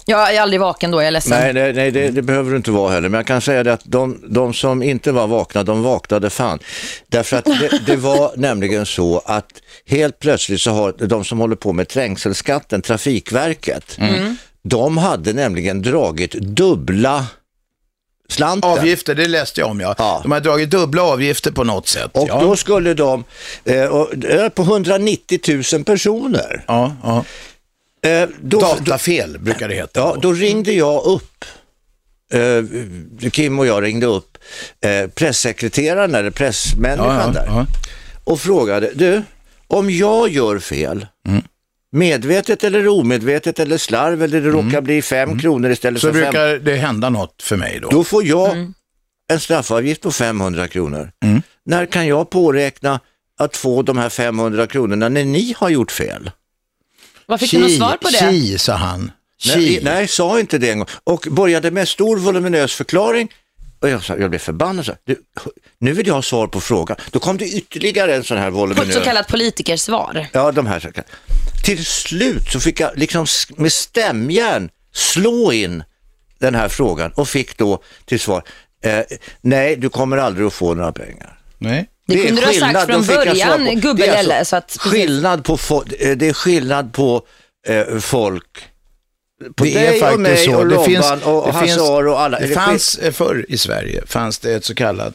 [SPEAKER 9] Jag är aldrig vaken då, jag är ledsen.
[SPEAKER 1] Liksom.
[SPEAKER 8] Nej, nej, nej det, det behöver du inte vara heller, men jag kan säga det att de, de som inte var vakna, de vaknade fan. Därför att det, det var nämligen så att helt plötsligt så har de som håller på med trängselskatten, Trafikverket, Mm. de hade nämligen dragit dubbla slanten.
[SPEAKER 2] Avgifter, det läste jag om ja.
[SPEAKER 8] Ja.
[SPEAKER 2] De har dragit dubbla avgifter på något sätt.
[SPEAKER 8] Och
[SPEAKER 2] ja.
[SPEAKER 8] då skulle de, eh, och, eh, på 190 000 personer,
[SPEAKER 2] Ja, ja.
[SPEAKER 8] eh, då,
[SPEAKER 2] Datafel brukar det heta.
[SPEAKER 8] Ja, då ringde jag upp, eh, Kim och jag ringde upp eh, pressekreteraren eller pressmänniskan
[SPEAKER 2] Ja, ja,
[SPEAKER 8] där
[SPEAKER 2] ja.
[SPEAKER 8] och frågade, du, om jag gör fel,
[SPEAKER 2] Mm.
[SPEAKER 8] medvetet eller omedvetet eller slarv eller det råkar bli fem kronor istället
[SPEAKER 2] Mm. Så
[SPEAKER 8] för fem,
[SPEAKER 2] brukar det hända något för mig då.
[SPEAKER 8] då får jag en straffavgift på 500 kronor.
[SPEAKER 2] Mm.
[SPEAKER 8] När kan jag påräkna att få de här 500 kronorna när ni har gjort fel?
[SPEAKER 5] Vad fick du något svar på det?
[SPEAKER 2] Chi, sa han.
[SPEAKER 8] Nej,
[SPEAKER 2] Chi.
[SPEAKER 8] nej, sa inte det en gång. Och började med stor voluminös förklaring. Och jag, sa, jag blev förbannad. Så, här, du, nu vill jag ha svar på frågan. Då kom det ytterligare en sån här
[SPEAKER 9] På ett
[SPEAKER 8] voluminös.
[SPEAKER 9] så kallat politikersvar.
[SPEAKER 8] Ja, de här sakerna. Till slut så fick jag liksom s- med stämjärn slå in den här frågan och fick då till svar, eh, nej du kommer aldrig att få några pengar.
[SPEAKER 2] Nej.
[SPEAKER 9] Det
[SPEAKER 8] är
[SPEAKER 9] kunde du ha sagt
[SPEAKER 8] skillnad,
[SPEAKER 9] från
[SPEAKER 8] då fick jag
[SPEAKER 9] början,
[SPEAKER 8] svar på.
[SPEAKER 9] gubbe
[SPEAKER 8] Det är alltså
[SPEAKER 9] Lelle, så att-
[SPEAKER 8] skillnad på fo- eh, det är skillnad på eh, folk, på
[SPEAKER 2] det
[SPEAKER 8] dig
[SPEAKER 2] är faktiskt
[SPEAKER 8] och mig
[SPEAKER 2] så.
[SPEAKER 8] och
[SPEAKER 2] det
[SPEAKER 8] Robban
[SPEAKER 2] finns,
[SPEAKER 8] och
[SPEAKER 2] det
[SPEAKER 8] Hasse
[SPEAKER 2] finns-
[SPEAKER 8] Aro och alla.
[SPEAKER 2] Det fanns eh, förr i Sverige fanns det ett så kallat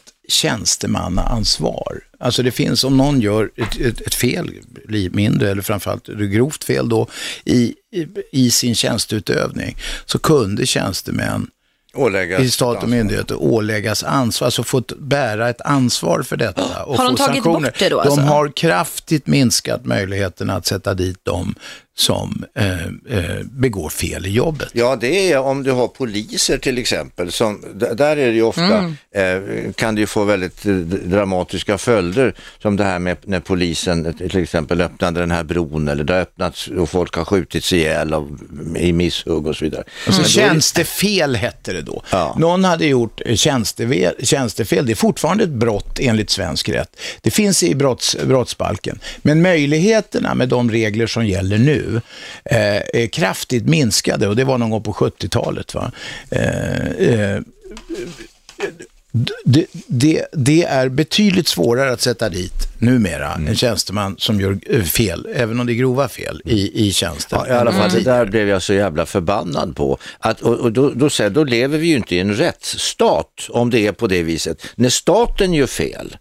[SPEAKER 2] tjänstemannaansvar. Alltså det finns om någon gör ett, ett, ett fel, li- mindre eller framförallt ett grovt fel då, i, i, i sin tjänsteutövning, så kunde tjänstemän
[SPEAKER 8] åläggas
[SPEAKER 2] i stat och myndigheter åläggas ansvar, alltså fått bära ett ansvar för detta. Och
[SPEAKER 9] Har de
[SPEAKER 2] få
[SPEAKER 9] tagit
[SPEAKER 2] sanktioner.
[SPEAKER 9] bort det då,
[SPEAKER 2] De
[SPEAKER 9] alltså?
[SPEAKER 2] har kraftigt minskat möjligheterna att sätta dit de som eh, eh, begår fel i jobbet.
[SPEAKER 8] Ja, det är om du har poliser till exempel. Som, d- där är det ju ofta, eh, kan det ju få väldigt eh, dramatiska följder. Som det här med när polisen eh, till exempel öppnade den här bron eller det har öppnats och folk har skjutits ihjäl av, i misshugg och så vidare.
[SPEAKER 2] Alltså
[SPEAKER 8] Men då är det-
[SPEAKER 2] tjänstefel hette det då.
[SPEAKER 8] Ja.
[SPEAKER 2] Någon hade gjort eh, tjänstefel, tjänstefel. Det är fortfarande ett brott enligt svensk rätt. Det finns i brotts, brottsbalken. Men möjligheterna med de regler som gäller nu eh, är kraftigt minskade och det var någon gång på 70-talet. Va? Eh, eh, d- det, det, det är betydligt svårare att sätta dit numera
[SPEAKER 8] Mm.
[SPEAKER 2] en tjänsteman som gör eh, fel, även om det är grova fel, i, i tjänsten.
[SPEAKER 8] Ja, i alla fall, det där blev jag så jävla förbannad på. Att, och och då, då, säger jag, då lever vi ju inte i en rättsstat om det är på det viset. När staten gör fel,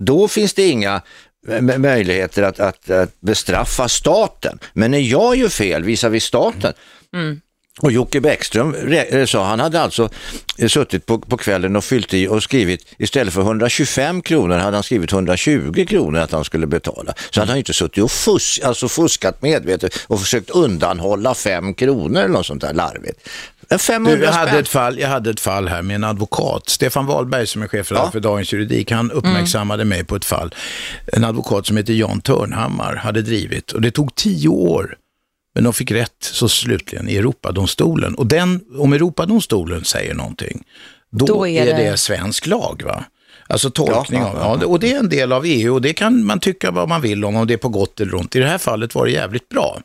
[SPEAKER 8] då finns det inga eh, m- möjligheter att, att, att bestraffa staten. Men när jag gör fel visavi staten, och Jocke Bäckström rä- eh, sa, han hade alltså eh, suttit på, på kvällen och fyllt i och skrivit, istället för 125 kronor hade han skrivit 120 kronor att han skulle betala. Så hade han ju inte suttit och fusk, alltså fuskat medvetet och försökt undanhålla 5 kronor eller något sånt där larvigt. En 500
[SPEAKER 2] Du, jag, hade
[SPEAKER 8] spänn.
[SPEAKER 2] ett fall, jag hade ett fall här med en advokat. Stefan Wahlberg som är chefredaktör
[SPEAKER 8] Ja.
[SPEAKER 2] för Dagens Juridik, han uppmärksammade mig på ett fall. En advokat som heter Jan Törnhammar hade drivit och det tog tio år. Men de fick rätt så slutligen i Europadomstolen. Och den, om Europadomstolen säger någonting, då, är, det... svensk lag. va? Alltså tolkning
[SPEAKER 8] Ja,
[SPEAKER 2] av,
[SPEAKER 8] ja,
[SPEAKER 2] ja, och det är en del av EU och det kan man tycka vad man vill om, om det är på gott eller ont. I det här fallet var det jävligt bra.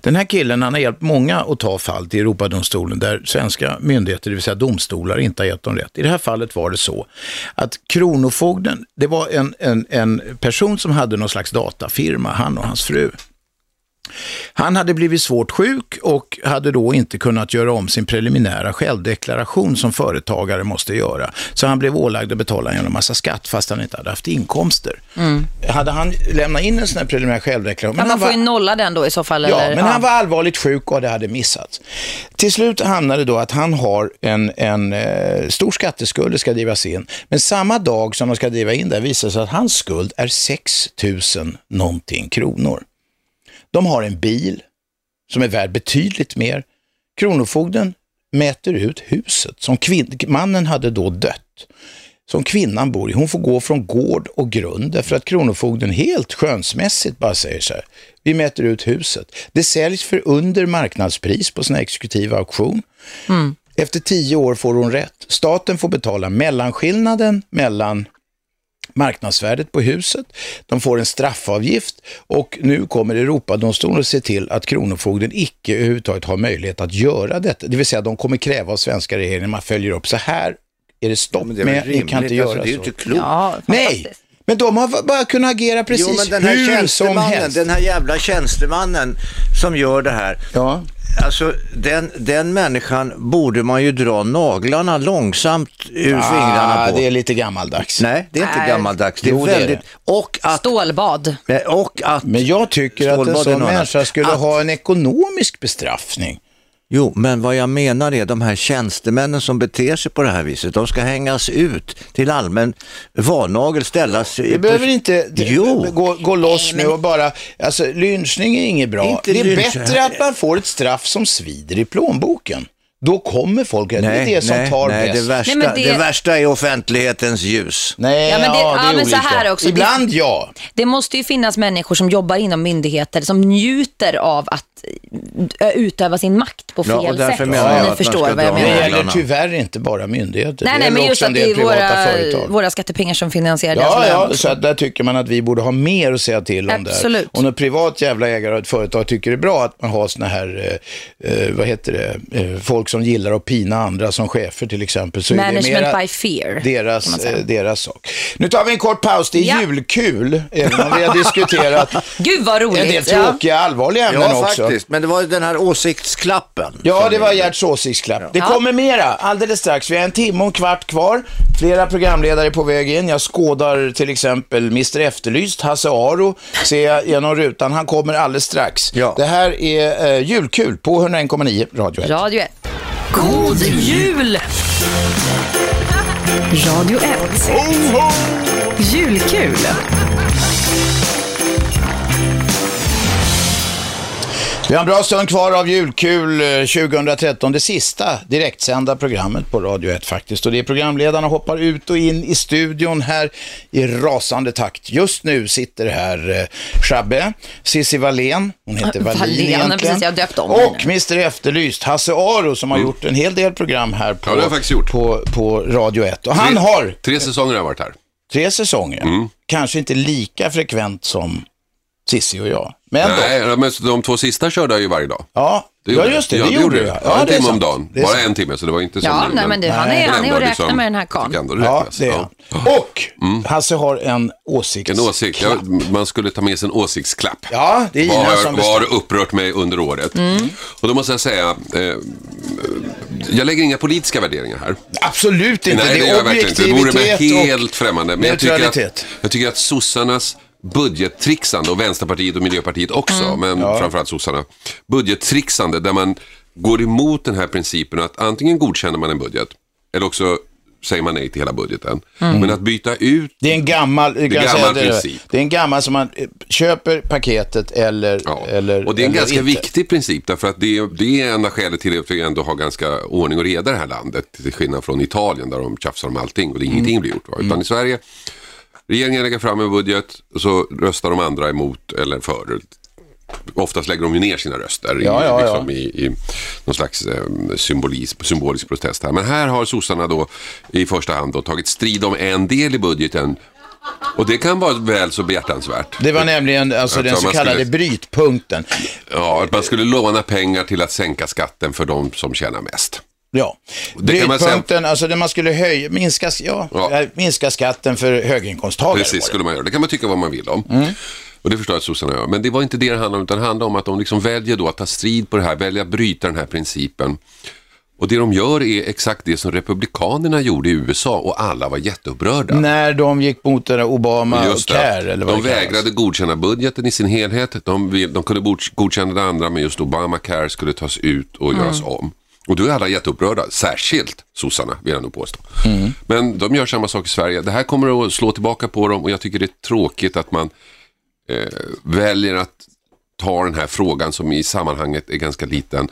[SPEAKER 2] Den här killen han har hjälpt många att ta fall till Europadomstolen där svenska myndigheter, det vill säga domstolar, inte har gett dem rätt. I det här fallet var det så att Kronofogden, det var en, en, en person som hade någon slags datafirma, han och hans fru. Han hade blivit svårt sjuk och hade då inte kunnat göra om sin preliminära självdeklaration som företagare måste göra. Så han blev ålagd att betala en jävla massa skatt fast han inte hade haft inkomster. Hade han lämnat in en sån här preliminär självdeklaration, men
[SPEAKER 9] Mm. man
[SPEAKER 2] han
[SPEAKER 9] får
[SPEAKER 2] var
[SPEAKER 9] ju nolla den då i så fall.
[SPEAKER 2] Ja,
[SPEAKER 9] eller,
[SPEAKER 2] men han var allvarligt sjuk och det hade missats. Till slut hamnade då att han har en, en eh, stor skatteskuld, det ska drivas in. Men samma dag som de ska driva in det visar det sig att hans skuld är 6 000 någonting kronor. De har en bil som är värd betydligt mer. Kronofogden mäter ut huset som kvin- mannen hade då dött som kvinnan bor i. Hon får gå från gård och grund därför att Kronofogden helt skönsmässigt bara säger så här. Vi mäter ut huset. Det säljs för under marknadspris på sin exekutiva auktion. Efter tio år får hon rätt. Staten får betala mellanskillnaden mellan marknadsvärdet på huset, de får en straffavgift och nu kommer Europadomstolen att se till att Kronofogden icke överhuvudtaget har möjlighet att göra detta. Det vill säga de kommer kräva av svenska regeringen, man följer upp, så här är det stopp
[SPEAKER 8] Men det är väl
[SPEAKER 2] med, ni kan inte
[SPEAKER 8] rimligt, alltså,
[SPEAKER 2] göra
[SPEAKER 8] det är ju
[SPEAKER 2] så.
[SPEAKER 8] inte klokt.
[SPEAKER 2] Nej, men de har bara kunnat agera precis
[SPEAKER 8] jo, men den här
[SPEAKER 2] hur som
[SPEAKER 8] tjänstemannen,
[SPEAKER 2] helst.
[SPEAKER 8] den här jävla tjänstemannen som gör det här,
[SPEAKER 2] Ja.
[SPEAKER 8] Alltså den, den människan borde man ju dra naglarna långsamt ur fingrarna
[SPEAKER 2] Ah,
[SPEAKER 8] på.
[SPEAKER 2] det är lite gammaldags.
[SPEAKER 8] Nej, det är inte
[SPEAKER 9] Nej.
[SPEAKER 8] gammaldags. Det är
[SPEAKER 2] Jo, det är
[SPEAKER 8] väldigt... Och att...
[SPEAKER 9] Stålbad.
[SPEAKER 8] Nej, Och att...
[SPEAKER 2] Men jag tycker att en
[SPEAKER 8] Stålbad är
[SPEAKER 2] sån
[SPEAKER 8] någon
[SPEAKER 2] människa
[SPEAKER 8] annan.
[SPEAKER 2] skulle
[SPEAKER 8] Att-
[SPEAKER 2] ha en ekonomisk bestraffning.
[SPEAKER 8] Jo, men vad jag menar är de här tjänstemännen som beter sig på det här viset, de ska hängas ut till allmän varnagel, ställas...
[SPEAKER 2] Vi behöver inte d-
[SPEAKER 8] Jo.
[SPEAKER 2] gå, gå loss nu och bara, alltså lynchning är inget bra.
[SPEAKER 8] Inte
[SPEAKER 2] det är
[SPEAKER 8] lynch.
[SPEAKER 2] bättre att man får ett straff som svider i plånboken. Då kommer folk, det är det som
[SPEAKER 8] nej,
[SPEAKER 2] tar
[SPEAKER 8] nej,
[SPEAKER 2] bäst.
[SPEAKER 8] Det värsta,
[SPEAKER 9] Nej, men
[SPEAKER 8] det...
[SPEAKER 9] det-
[SPEAKER 8] värsta är offentlighetens ljus.
[SPEAKER 2] Nej,
[SPEAKER 9] Ja, men det- ja, men så
[SPEAKER 2] olika.
[SPEAKER 9] här också, det-
[SPEAKER 2] Ibland ja.
[SPEAKER 9] Det måste ju finnas människor som jobbar inom myndigheter som njuter av att eh, utöva sin makt på fel
[SPEAKER 8] Ja, och därför
[SPEAKER 9] sätt.
[SPEAKER 8] menar
[SPEAKER 9] Om
[SPEAKER 8] jag
[SPEAKER 9] ni
[SPEAKER 8] att man
[SPEAKER 9] förstår
[SPEAKER 8] ska
[SPEAKER 9] vad jag
[SPEAKER 8] dra
[SPEAKER 2] Det
[SPEAKER 9] menar.
[SPEAKER 8] ner.
[SPEAKER 2] gäller
[SPEAKER 8] Reglerna.
[SPEAKER 2] tyvärr inte bara myndigheter.
[SPEAKER 9] Nej,
[SPEAKER 2] det
[SPEAKER 9] nej,
[SPEAKER 2] gäller
[SPEAKER 9] men just
[SPEAKER 2] också
[SPEAKER 9] att
[SPEAKER 2] en
[SPEAKER 9] det är
[SPEAKER 2] del privata
[SPEAKER 9] våra,
[SPEAKER 2] företag.
[SPEAKER 9] våra skattepengar som finansierar
[SPEAKER 2] Ja,
[SPEAKER 9] deras
[SPEAKER 2] ja,
[SPEAKER 9] lön.
[SPEAKER 2] så att där tycker man att vi borde ha mer att säga till om
[SPEAKER 9] Absolut.
[SPEAKER 2] där. Om en privat jävla ägare av ett företag tycker det är bra att man har såna här, eh, eh, vad heter det, eh, folk som gillar att pina andra som chefer till exempel. Så är det
[SPEAKER 9] Management
[SPEAKER 2] mera
[SPEAKER 9] by fear.
[SPEAKER 2] deras, eh, deras sak. Nu tar vi en kort paus, det är
[SPEAKER 9] Ja.
[SPEAKER 2] julkul, även om vi har diskuterat
[SPEAKER 9] Gud vad roligt.
[SPEAKER 2] en del
[SPEAKER 9] ja.
[SPEAKER 2] tråkiga, allvarliga ämnen
[SPEAKER 8] Ja,
[SPEAKER 2] också.
[SPEAKER 8] faktiskt. Men det var ju den här åsiktsklappen.
[SPEAKER 2] Ja,
[SPEAKER 8] som
[SPEAKER 2] det var
[SPEAKER 8] är-
[SPEAKER 2] Gerts åsiktsklapp. Det kommer mera alldeles strax. Vi har en timme och en kvart kvar. Flera programledare är på väg in. Jag skådar till exempel Mr Efterlyst, Hasse Aro, ser jag genom rutan. Han kommer alldeles strax.
[SPEAKER 8] Ja.
[SPEAKER 2] Det här är eh, julkul på 101,9 Radio 1.
[SPEAKER 9] Radio 1.
[SPEAKER 6] God jul! Radio 1. Julkul.
[SPEAKER 2] Vi har en bra stund kvar av julkul eh, 2013, det sista direktsända programmet på Radio 1 faktiskt. Och det är programledarna hoppar ut och in i studion här i rasande takt. Just nu sitter här eh, Shabbe, Cissi Wallén, hon heter
[SPEAKER 9] Ah,
[SPEAKER 2] Wallin
[SPEAKER 9] Wallén,
[SPEAKER 2] egentligen.
[SPEAKER 9] precis, jag döpte om
[SPEAKER 2] Och
[SPEAKER 9] henne.
[SPEAKER 2] Mr Efterlyst, Hasse Aro som har gjort en hel del program här på,
[SPEAKER 10] Mm. Ja, det har jag faktiskt gjort.
[SPEAKER 2] på, på Radio 1. Och han har
[SPEAKER 10] Tre säsonger har jag varit här.
[SPEAKER 2] tre säsonger, kanske inte lika frekvent som Sissi och jag. Men då,
[SPEAKER 10] Nej, men så de två sista körde jag ju varje dag.
[SPEAKER 2] ja, ja just det, det gjorde jag.
[SPEAKER 10] Ja, en
[SPEAKER 2] det är
[SPEAKER 10] timme om
[SPEAKER 2] sant.
[SPEAKER 10] dagen.
[SPEAKER 2] Det är
[SPEAKER 10] Bara
[SPEAKER 2] sant.
[SPEAKER 10] en timme, så det var inte som
[SPEAKER 9] Ja,
[SPEAKER 10] nu,
[SPEAKER 9] nej, men du, han
[SPEAKER 2] Nej.
[SPEAKER 9] är, han är
[SPEAKER 10] ändå
[SPEAKER 9] att räkna
[SPEAKER 10] liksom-
[SPEAKER 9] med den här
[SPEAKER 10] tycker
[SPEAKER 9] karln.
[SPEAKER 10] ändå
[SPEAKER 2] Ja,
[SPEAKER 10] räknas.
[SPEAKER 2] det är
[SPEAKER 10] Ja.
[SPEAKER 2] han. Och Hasse har en åsikts...
[SPEAKER 10] En åsikt, ja, man skulle ta med sig en åsiktsklapp.
[SPEAKER 2] Ja, det är
[SPEAKER 10] Vad
[SPEAKER 2] Ina som
[SPEAKER 10] har, vad
[SPEAKER 2] bestämmer.
[SPEAKER 10] har upprört mig under året?
[SPEAKER 9] Mm.
[SPEAKER 10] Och då måste jag säga, eh, jag lägger inga politiska värderingar här.
[SPEAKER 2] Absolut inte,
[SPEAKER 10] Nej, det
[SPEAKER 2] det
[SPEAKER 10] gör
[SPEAKER 2] är
[SPEAKER 10] jag verkligen inte. Det vore mig
[SPEAKER 2] objektivitet
[SPEAKER 10] helt främmande. Men jag tycker,
[SPEAKER 2] neutralitet.
[SPEAKER 10] att, jag tycker att sossarnas budgettrixande och Vänsterpartiet och Miljöpartiet också,
[SPEAKER 2] Mm.
[SPEAKER 10] men framförallt sossarna. Budgettrixande där man går emot den här principen att antingen godkänner man en budget eller också säger man nej till hela budgeten.
[SPEAKER 2] Mm.
[SPEAKER 10] Men att byta ut
[SPEAKER 2] Det är en gammal, det är
[SPEAKER 10] gammal princip.
[SPEAKER 2] princip. Det är en gammal som man eh, köper paketet eller,
[SPEAKER 10] Ja.
[SPEAKER 2] eller
[SPEAKER 10] och det är en
[SPEAKER 2] eller
[SPEAKER 10] ganska
[SPEAKER 2] inte.
[SPEAKER 10] viktig princip därför att det, det är ena skälet till att vi ändå har ganska ordning och reda i det här landet. Till skillnad från Italien där de tjafsar om allting och det,
[SPEAKER 2] Mm.
[SPEAKER 10] ingenting blir gjort. Va? Utan i Sverige, regeringen lägger fram en budget och så röstar de andra emot eller för. Oftast lägger de ju ner sina röster
[SPEAKER 2] Ja,
[SPEAKER 10] i,
[SPEAKER 2] ja, ja.
[SPEAKER 10] liksom, I, i någon slags eh, symbolis, symbolisk protest. Här. Men här har sossarna då i första hand då, tagit strid om en del i budgeten och det kan vara väl så behjärtansvärt.
[SPEAKER 2] Det var nämligen alltså,
[SPEAKER 10] Jag
[SPEAKER 2] den
[SPEAKER 10] tror
[SPEAKER 2] så
[SPEAKER 10] man
[SPEAKER 2] kallade
[SPEAKER 10] skulle-
[SPEAKER 2] brytpunkten.
[SPEAKER 10] Ja, att man skulle låna pengar till att sänka skatten för de som tjänar mest.
[SPEAKER 2] Ja,
[SPEAKER 10] Det kan man säga-
[SPEAKER 2] brytpunkten, alltså där man skulle höja, minska, ja,
[SPEAKER 10] Ja.
[SPEAKER 2] eh, minska skatten för höginkomsttagare.
[SPEAKER 10] Precis,
[SPEAKER 2] var det. Mm.
[SPEAKER 10] skulle man göra. Det kan man tycka vad man vill om. Och det förstår jag att sossarna gör. Men det var inte det det handlade om, utan det handlade om att de liksom väljer då att ta strid på det här, väljer att bryta den här principen. Och det de gör är exakt det som republikanerna gjorde i USA och alla var jätteupprörda.
[SPEAKER 2] När de gick mot den där Obama och
[SPEAKER 10] Just det.
[SPEAKER 2] Care eller vad
[SPEAKER 10] de
[SPEAKER 2] det kallas.
[SPEAKER 10] vägrade godkänna budgeten i sin helhet. De, vill- de kunde bort- godkänna det andra, men just Obamacare skulle tas ut och
[SPEAKER 2] Mm.
[SPEAKER 10] göras om. Och då är alla jätteupprörda, särskilt sossarna vill jag nog påstå.
[SPEAKER 2] Mm.
[SPEAKER 10] Men de gör samma sak i Sverige. Det här kommer att slå tillbaka på dem och jag tycker det är tråkigt att man eh, väljer att ta den här frågan som i sammanhanget är ganska liten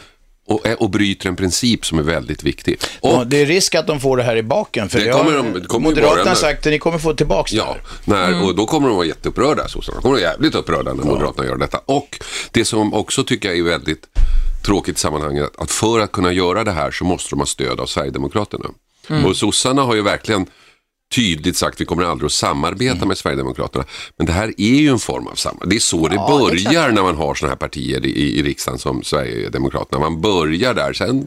[SPEAKER 10] och, eh, och bryter en princip som är väldigt viktig. Och
[SPEAKER 2] Ja, det är risk att de får det här i baken. För
[SPEAKER 10] Det
[SPEAKER 2] det har-
[SPEAKER 10] kommer de- det kommer ju
[SPEAKER 2] Moderaterna
[SPEAKER 10] bara-
[SPEAKER 2] har sagt att ni kommer få tillbaka det
[SPEAKER 10] Ja,
[SPEAKER 2] här.
[SPEAKER 10] när, och då kommer de vara jätteupprörda, sossarna. De kommer vara jävligt upprörda när Moderaterna gör detta. Och det som också tycker jag är väldigt tråkigt i sammanhanget, att- att för att kunna göra det här så måste de ha stöd av Sverigedemokraterna. Och sossarna har ju verkligen tydligt sagt vi kommer aldrig att samarbeta med Sverigedemokraterna. Men det här är ju en form av samarbete. Det är så det börjar när man har sådana här partier i, i riksdagen som Sverigedemokraterna. Man börjar där, sen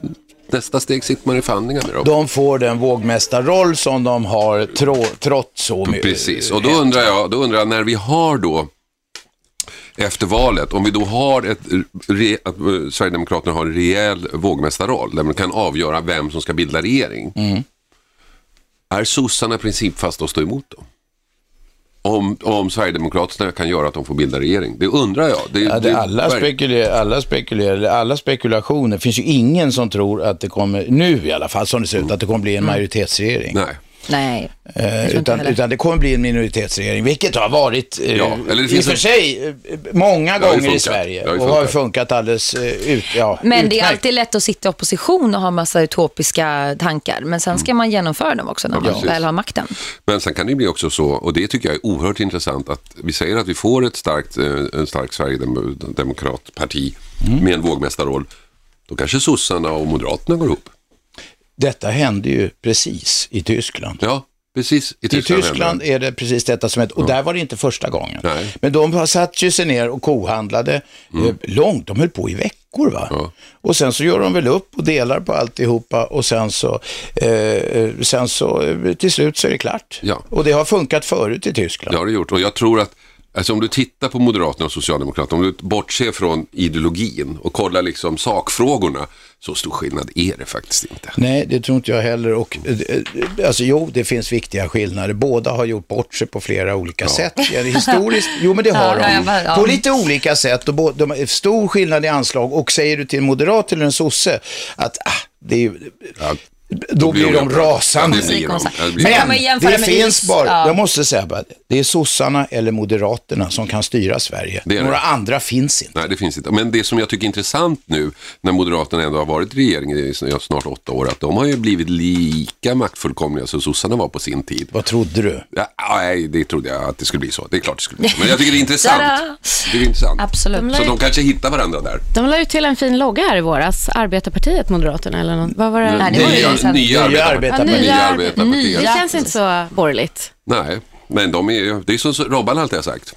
[SPEAKER 10] nästa steg sitter man i förhandlingar med dem.
[SPEAKER 2] De får den vågmästarroll som de har trå, trots så mycket.
[SPEAKER 10] Precis, och då undrar jag, då undrar jag när vi har då efter valet, om vi då har ett, re, att eh, Sverigedemokraterna har en rejäl vågmästarroll, där man kan avgöra vem som ska bilda regering.
[SPEAKER 2] Mm.
[SPEAKER 10] Är sossarna principfasta och stå emot dem? Om, om Sverigedemokraterna kan göra att de får bilda regering. Det undrar jag. Det,
[SPEAKER 2] Ja, det, alla,
[SPEAKER 10] verkar-
[SPEAKER 2] spekulerar, alla spekulerar, alla spekulationer. Det finns ju ingen som tror att det kommer, nu i alla fall som det ser ut, att det kommer bli en majoritetsregering.
[SPEAKER 10] Mm. Nej.
[SPEAKER 9] Nej.
[SPEAKER 2] Eh,
[SPEAKER 9] inte
[SPEAKER 2] utan,
[SPEAKER 9] heller.
[SPEAKER 2] utan det kommer bli en minoritetsregering, vilket har varit eh,
[SPEAKER 10] Ja, eller det
[SPEAKER 2] i och
[SPEAKER 10] finns
[SPEAKER 2] för
[SPEAKER 10] en-
[SPEAKER 2] sig eh, många
[SPEAKER 10] Det har ju
[SPEAKER 2] gånger i
[SPEAKER 10] funkat.
[SPEAKER 2] Sverige
[SPEAKER 10] Det har ju
[SPEAKER 2] och har
[SPEAKER 10] funkat.
[SPEAKER 2] funkat alldeles eh, ut, ja,
[SPEAKER 9] Men det är
[SPEAKER 2] utmärkt.
[SPEAKER 9] alltid lätt att sitta i opposition och ha massa utopiska tankar. Men sen ska man genomföra dem också när
[SPEAKER 10] Ja,
[SPEAKER 9] man
[SPEAKER 10] precis.
[SPEAKER 9] väl har makten.
[SPEAKER 10] Men sen kan det bli också så, och det tycker jag är oerhört intressant, att vi säger att vi får ett starkt, eh, en stark Sverigedemokratparti
[SPEAKER 2] Mm.
[SPEAKER 10] med en vågmästarroll. Då kanske sossarna och moderaterna går ihop.
[SPEAKER 2] Detta hände ju precis i Tyskland.
[SPEAKER 10] Ja, precis. I
[SPEAKER 2] I
[SPEAKER 10] Tyskland,
[SPEAKER 2] Tyskland
[SPEAKER 10] händer
[SPEAKER 2] är det precis detta som hände, och där var det inte första gången.
[SPEAKER 10] Nej. Mm.
[SPEAKER 2] Men de har satt ju sig ner och kohandlade eh, långt, de höll på i veckor va.
[SPEAKER 10] Ja.
[SPEAKER 2] Och sen så gör de väl upp och delar på alltihopa och sen så, eh, eh, sen så eh, till slut så är det klart.
[SPEAKER 10] Ja.
[SPEAKER 2] Och det har funkat förut i
[SPEAKER 10] det.
[SPEAKER 2] Tyskland.
[SPEAKER 10] det har det gjort. Och jag tror att Alltså om du tittar på Moderaterna och Socialdemokraterna, om du bortser från ideologin och kollar liksom sakfrågorna, så stor skillnad är det faktiskt inte.
[SPEAKER 2] Nej, det tror inte jag heller. Och, eh, eh, alltså, jo, det finns viktiga skillnader. Båda har gjort bort sig på flera olika sätt. Ja, det är Historiskt, jo men det har
[SPEAKER 9] Ja, ja,
[SPEAKER 2] de.
[SPEAKER 9] ja, ja.
[SPEAKER 2] På lite olika sätt. Och bå- de har stor skillnad i anslag. Och säger du till en moderat eller en sosse att ah, det är ju...
[SPEAKER 10] Ja,
[SPEAKER 2] Då, blir de
[SPEAKER 10] upprörda.
[SPEAKER 2] rasande.
[SPEAKER 10] Ja, det blir de. Ja, det blir de.
[SPEAKER 9] man
[SPEAKER 2] Men
[SPEAKER 9] jämföra
[SPEAKER 2] det
[SPEAKER 9] med
[SPEAKER 2] finns
[SPEAKER 9] det-
[SPEAKER 2] bara,
[SPEAKER 9] ja.
[SPEAKER 2] jag måste säga bara, det är sossarna eller moderaterna som kan styra Sverige.
[SPEAKER 10] Det är det.
[SPEAKER 2] Några andra finns inte.
[SPEAKER 10] Nej, det finns inte. Men det som jag tycker är intressant nu, när Moderaterna ändå har varit i regeringen i snart åtta år, att de har ju blivit lika maktfullkomliga som sossarna var på sin tid.
[SPEAKER 2] Vad trodde du?
[SPEAKER 10] Ja, nej, det trodde jag att det skulle bli så. Det är klart det skulle bli så. Men jag tycker det är intressant. Det är intressant.
[SPEAKER 9] Absolut.
[SPEAKER 10] Så de kanske hittar varandra där.
[SPEAKER 5] De la ju till en fin logga här i våras. Arbetarpartiet Moderaterna eller något. Vad var det?
[SPEAKER 9] Nej, det var ju
[SPEAKER 10] nya,
[SPEAKER 9] intressant.
[SPEAKER 10] nya,
[SPEAKER 2] Nya
[SPEAKER 10] arbetarpartiet.
[SPEAKER 2] arbetarpartiet.
[SPEAKER 10] Nya
[SPEAKER 5] Det
[SPEAKER 10] arbetarpartiet.
[SPEAKER 5] känns inte så borgerligt.
[SPEAKER 10] Nej, men de är ju, det är som Robban alltid har sagt.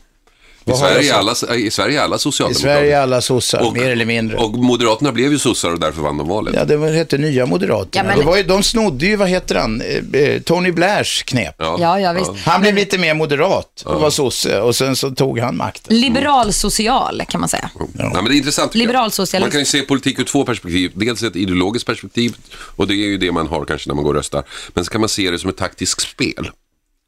[SPEAKER 10] I
[SPEAKER 2] Vad har
[SPEAKER 10] Sverige,
[SPEAKER 2] jag
[SPEAKER 10] är alla, I Sverige är alla
[SPEAKER 2] I
[SPEAKER 10] socialdemokrater.
[SPEAKER 2] Sverige är alla sossar, mer eller mindre.
[SPEAKER 10] Och Moderaterna blev ju sossar och därför vann de valet.
[SPEAKER 2] Ja, det var- hette Nya Moderaterna.
[SPEAKER 10] Ja, men-
[SPEAKER 2] det var ju, de snodde ju, vad heter han, Eh, eh, Tony Blairs knep.
[SPEAKER 1] Ja, ja, visst.
[SPEAKER 2] Han blev lite mer moderat och var sosse och sen så tog han makten.
[SPEAKER 1] Liberal-social kan man säga.
[SPEAKER 10] Nej, men det är intressant. tycker jag.
[SPEAKER 1] Liberalsocialist.
[SPEAKER 10] Man kan ju se politik ur två perspektiv. Dels ett ideologiskt perspektiv och det är ju det man har kanske när man går och röstar. Men så kan man se det som ett taktiskt spel.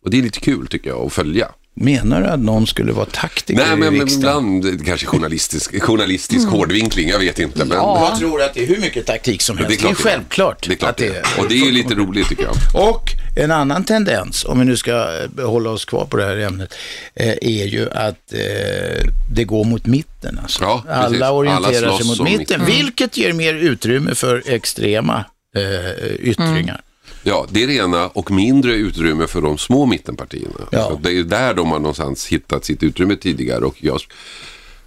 [SPEAKER 10] Och det är lite kul tycker jag att följa.
[SPEAKER 2] Menar du att någon skulle vara taktiker
[SPEAKER 10] Nej,
[SPEAKER 2] i
[SPEAKER 10] men, men
[SPEAKER 2] riksdagen?
[SPEAKER 10] ibland kanske journalistisk, journalistisk
[SPEAKER 2] Mm.
[SPEAKER 10] hårdvinkling, jag vet inte. Men,
[SPEAKER 2] Jag tror att det är hur mycket taktik som
[SPEAKER 10] Men
[SPEAKER 2] helst. Det är, självklart.
[SPEAKER 10] Det är klart att det är. Och det är ju lite roligt tycker jag.
[SPEAKER 2] Och en annan tendens, om vi nu ska eh, hålla oss kvar på det här ämnet, eh, är ju att eh, det går mot mitten. Alltså.
[SPEAKER 10] precis.
[SPEAKER 2] Alla orienterar
[SPEAKER 10] Alla
[SPEAKER 2] sig
[SPEAKER 10] slåss
[SPEAKER 2] mot
[SPEAKER 10] om
[SPEAKER 2] mitten,
[SPEAKER 1] Mm.
[SPEAKER 10] mitten.
[SPEAKER 2] vilket ger mer utrymme för extrema eh,
[SPEAKER 1] Mm.
[SPEAKER 2] yttringar.
[SPEAKER 10] Ja, det är det ena och mindre utrymme för de små mittenpartierna. Så det är där de har någonstans hittat sitt utrymme tidigare. Och jag,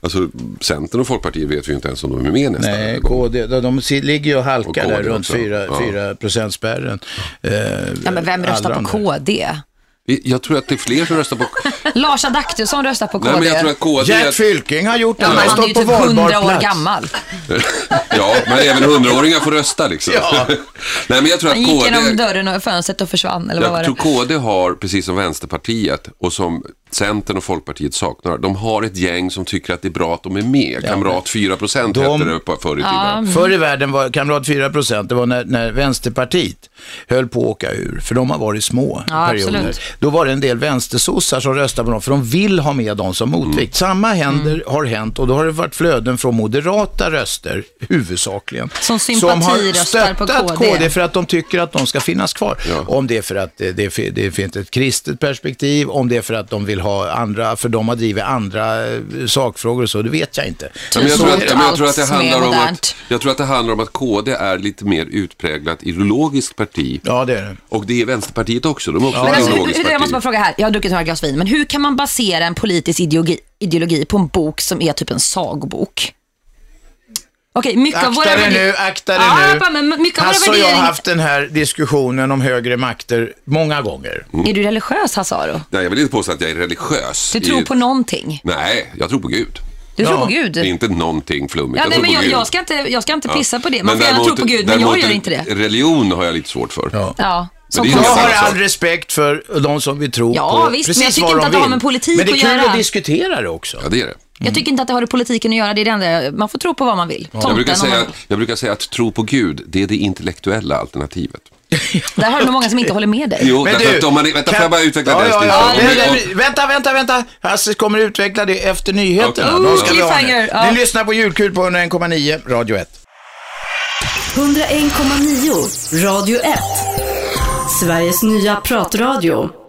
[SPEAKER 10] alltså, Centern och Folkpartiet vet vi ju inte ens om de är med nästa
[SPEAKER 2] Nej, KD, de, de si- ligger ju och halkar
[SPEAKER 10] Och KD
[SPEAKER 2] där runt
[SPEAKER 10] också.
[SPEAKER 2] 4,
[SPEAKER 10] Ja.
[SPEAKER 2] 4 procentspärren. Eh,
[SPEAKER 1] Ja, men vem röstar
[SPEAKER 2] alla
[SPEAKER 1] på
[SPEAKER 2] de där.
[SPEAKER 1] KD?
[SPEAKER 10] Jag- Jag tror att det är fler som röstar på KD.
[SPEAKER 1] Lars Adaktusson röstar på KD.
[SPEAKER 10] Nej, men jag tror att KD...
[SPEAKER 2] Gert Fylking har gjort
[SPEAKER 1] Ja, men han är ju typ 100 år gammal.
[SPEAKER 10] ja, men även hundraåringar får rösta liksom. Nej, men jag tror att
[SPEAKER 1] Han gick
[SPEAKER 10] KD...
[SPEAKER 1] genom dörren och fönstret och försvann, eller vad var
[SPEAKER 10] Jag tror
[SPEAKER 1] det?
[SPEAKER 10] KD har, precis som Vänsterpartiet och som Centern och Folkpartiet saknar, de har ett gäng som tycker att det är bra att de är med. Kamrat 4 procent hette det på- förr i tiden.
[SPEAKER 1] Mm.
[SPEAKER 2] Förr i världen var Kamrat 4 procent, det var när, när Vänsterpartiet höll på att åka ur, för de har varit små
[SPEAKER 1] Ja,
[SPEAKER 2] perioder.
[SPEAKER 1] absolut.
[SPEAKER 2] Då var det en del vänstersossar som röstade på dem, för de vill ha med dem som motvikt. Samma händer
[SPEAKER 1] Mm.
[SPEAKER 2] har hänt och då har det varit flöden från moderata röster, huvudsakligen.
[SPEAKER 1] Som
[SPEAKER 2] har
[SPEAKER 1] sympatiröstar på
[SPEAKER 2] stöttat
[SPEAKER 1] KD.
[SPEAKER 2] KD för att de tycker att de ska finnas kvar. Om det är för att eh, det, är fi- det finns ett kristet perspektiv, om det är för att de vill ha andra, för de har drivit andra eh, sakfrågor och så, det vet jag inte.
[SPEAKER 10] Ja, Men jag, tror
[SPEAKER 2] Så-
[SPEAKER 10] att, men jag, tror att det
[SPEAKER 2] Allt som är
[SPEAKER 10] handlar om
[SPEAKER 2] modernt.
[SPEAKER 10] att, jag tror att det handlar om att KD är lite mer utpräglat ideologiskt parti.
[SPEAKER 2] Ja, det är det.
[SPEAKER 10] Och det är Vänsterpartiet också. De är också
[SPEAKER 1] Men
[SPEAKER 10] ett
[SPEAKER 1] alltså,
[SPEAKER 10] ideologiskt
[SPEAKER 1] hur, jag
[SPEAKER 10] parti.
[SPEAKER 1] måste bara fråga här, jag har druckit några glas vin, men hur kan man basera en politisk ideologi, ideologi på en bok som är typ en sagobok? Okej, mycket av
[SPEAKER 2] Akta
[SPEAKER 1] våra
[SPEAKER 2] dig
[SPEAKER 1] värde-
[SPEAKER 2] nu, akta dig
[SPEAKER 1] ja,
[SPEAKER 2] nu.
[SPEAKER 1] Bara, men mycket av våra
[SPEAKER 2] Hasse och jag har
[SPEAKER 1] värderingar-
[SPEAKER 2] haft den här diskussionen om högre makter många
[SPEAKER 10] Mm.
[SPEAKER 2] gånger.
[SPEAKER 1] Är du religiös, Hasse Aro?
[SPEAKER 10] Nej, jag vill inte påstå att jag är religiös.
[SPEAKER 1] Du tror
[SPEAKER 10] I-
[SPEAKER 1] på någonting?
[SPEAKER 10] Nej, jag tror på Gud.
[SPEAKER 1] Du tror Ja. på Gud?
[SPEAKER 10] Det är Inte någonting flummigt.
[SPEAKER 1] Ja,
[SPEAKER 10] jag
[SPEAKER 1] nej,
[SPEAKER 10] tror
[SPEAKER 1] men
[SPEAKER 10] på
[SPEAKER 1] jag,
[SPEAKER 10] Gud.
[SPEAKER 1] jag, ska inte, jag ska inte
[SPEAKER 10] Ja.
[SPEAKER 1] pissa på det. Man får gärna
[SPEAKER 10] däremot-
[SPEAKER 1] tro på Gud, men jag
[SPEAKER 10] däremot
[SPEAKER 1] gör inte det.
[SPEAKER 10] Religion har jag lite svårt för.
[SPEAKER 1] Ja,
[SPEAKER 10] Men det är
[SPEAKER 2] jag
[SPEAKER 10] ju en
[SPEAKER 2] har
[SPEAKER 10] annan sak.
[SPEAKER 2] all respekt för de som vi tror
[SPEAKER 1] Ja,
[SPEAKER 2] på.
[SPEAKER 1] visst, men
[SPEAKER 2] precis
[SPEAKER 1] jag tycker
[SPEAKER 2] vad
[SPEAKER 1] inte
[SPEAKER 2] de
[SPEAKER 1] att det har
[SPEAKER 2] vill.
[SPEAKER 1] med politik
[SPEAKER 2] Men det är
[SPEAKER 1] att
[SPEAKER 2] kul
[SPEAKER 1] göra.
[SPEAKER 2] att diskutera det också.
[SPEAKER 10] Ja, det är det.
[SPEAKER 1] Jag tycker inte att det har med politiken att göra, det är det enda. Man får tro på vad man vill. Tomten,
[SPEAKER 10] Jag brukar,
[SPEAKER 1] om man
[SPEAKER 10] säga,
[SPEAKER 1] vill.
[SPEAKER 10] jag brukar säga att tro på Gud, det är det intellektuella alternativet.
[SPEAKER 1] Där har du nog många som inte håller med dig.
[SPEAKER 10] Jo, därför att om man, vänta, får jag bara utveckla
[SPEAKER 2] Ja,
[SPEAKER 10] det?
[SPEAKER 2] ja,
[SPEAKER 10] Stig?
[SPEAKER 2] ja,
[SPEAKER 10] Om-
[SPEAKER 2] nej,
[SPEAKER 10] om-
[SPEAKER 2] nej, vänta, vänta, vänta. Hasse kommer utveckla det efter nyheterna.
[SPEAKER 10] Okej.
[SPEAKER 2] De ska vi ha
[SPEAKER 5] Cliffhanger,
[SPEAKER 2] nu.
[SPEAKER 5] ja.
[SPEAKER 2] Ni lyssnar på Julkul på 101,9 Radio 1.
[SPEAKER 5] 101,9 Radio 1. Sveriges nya pratradio.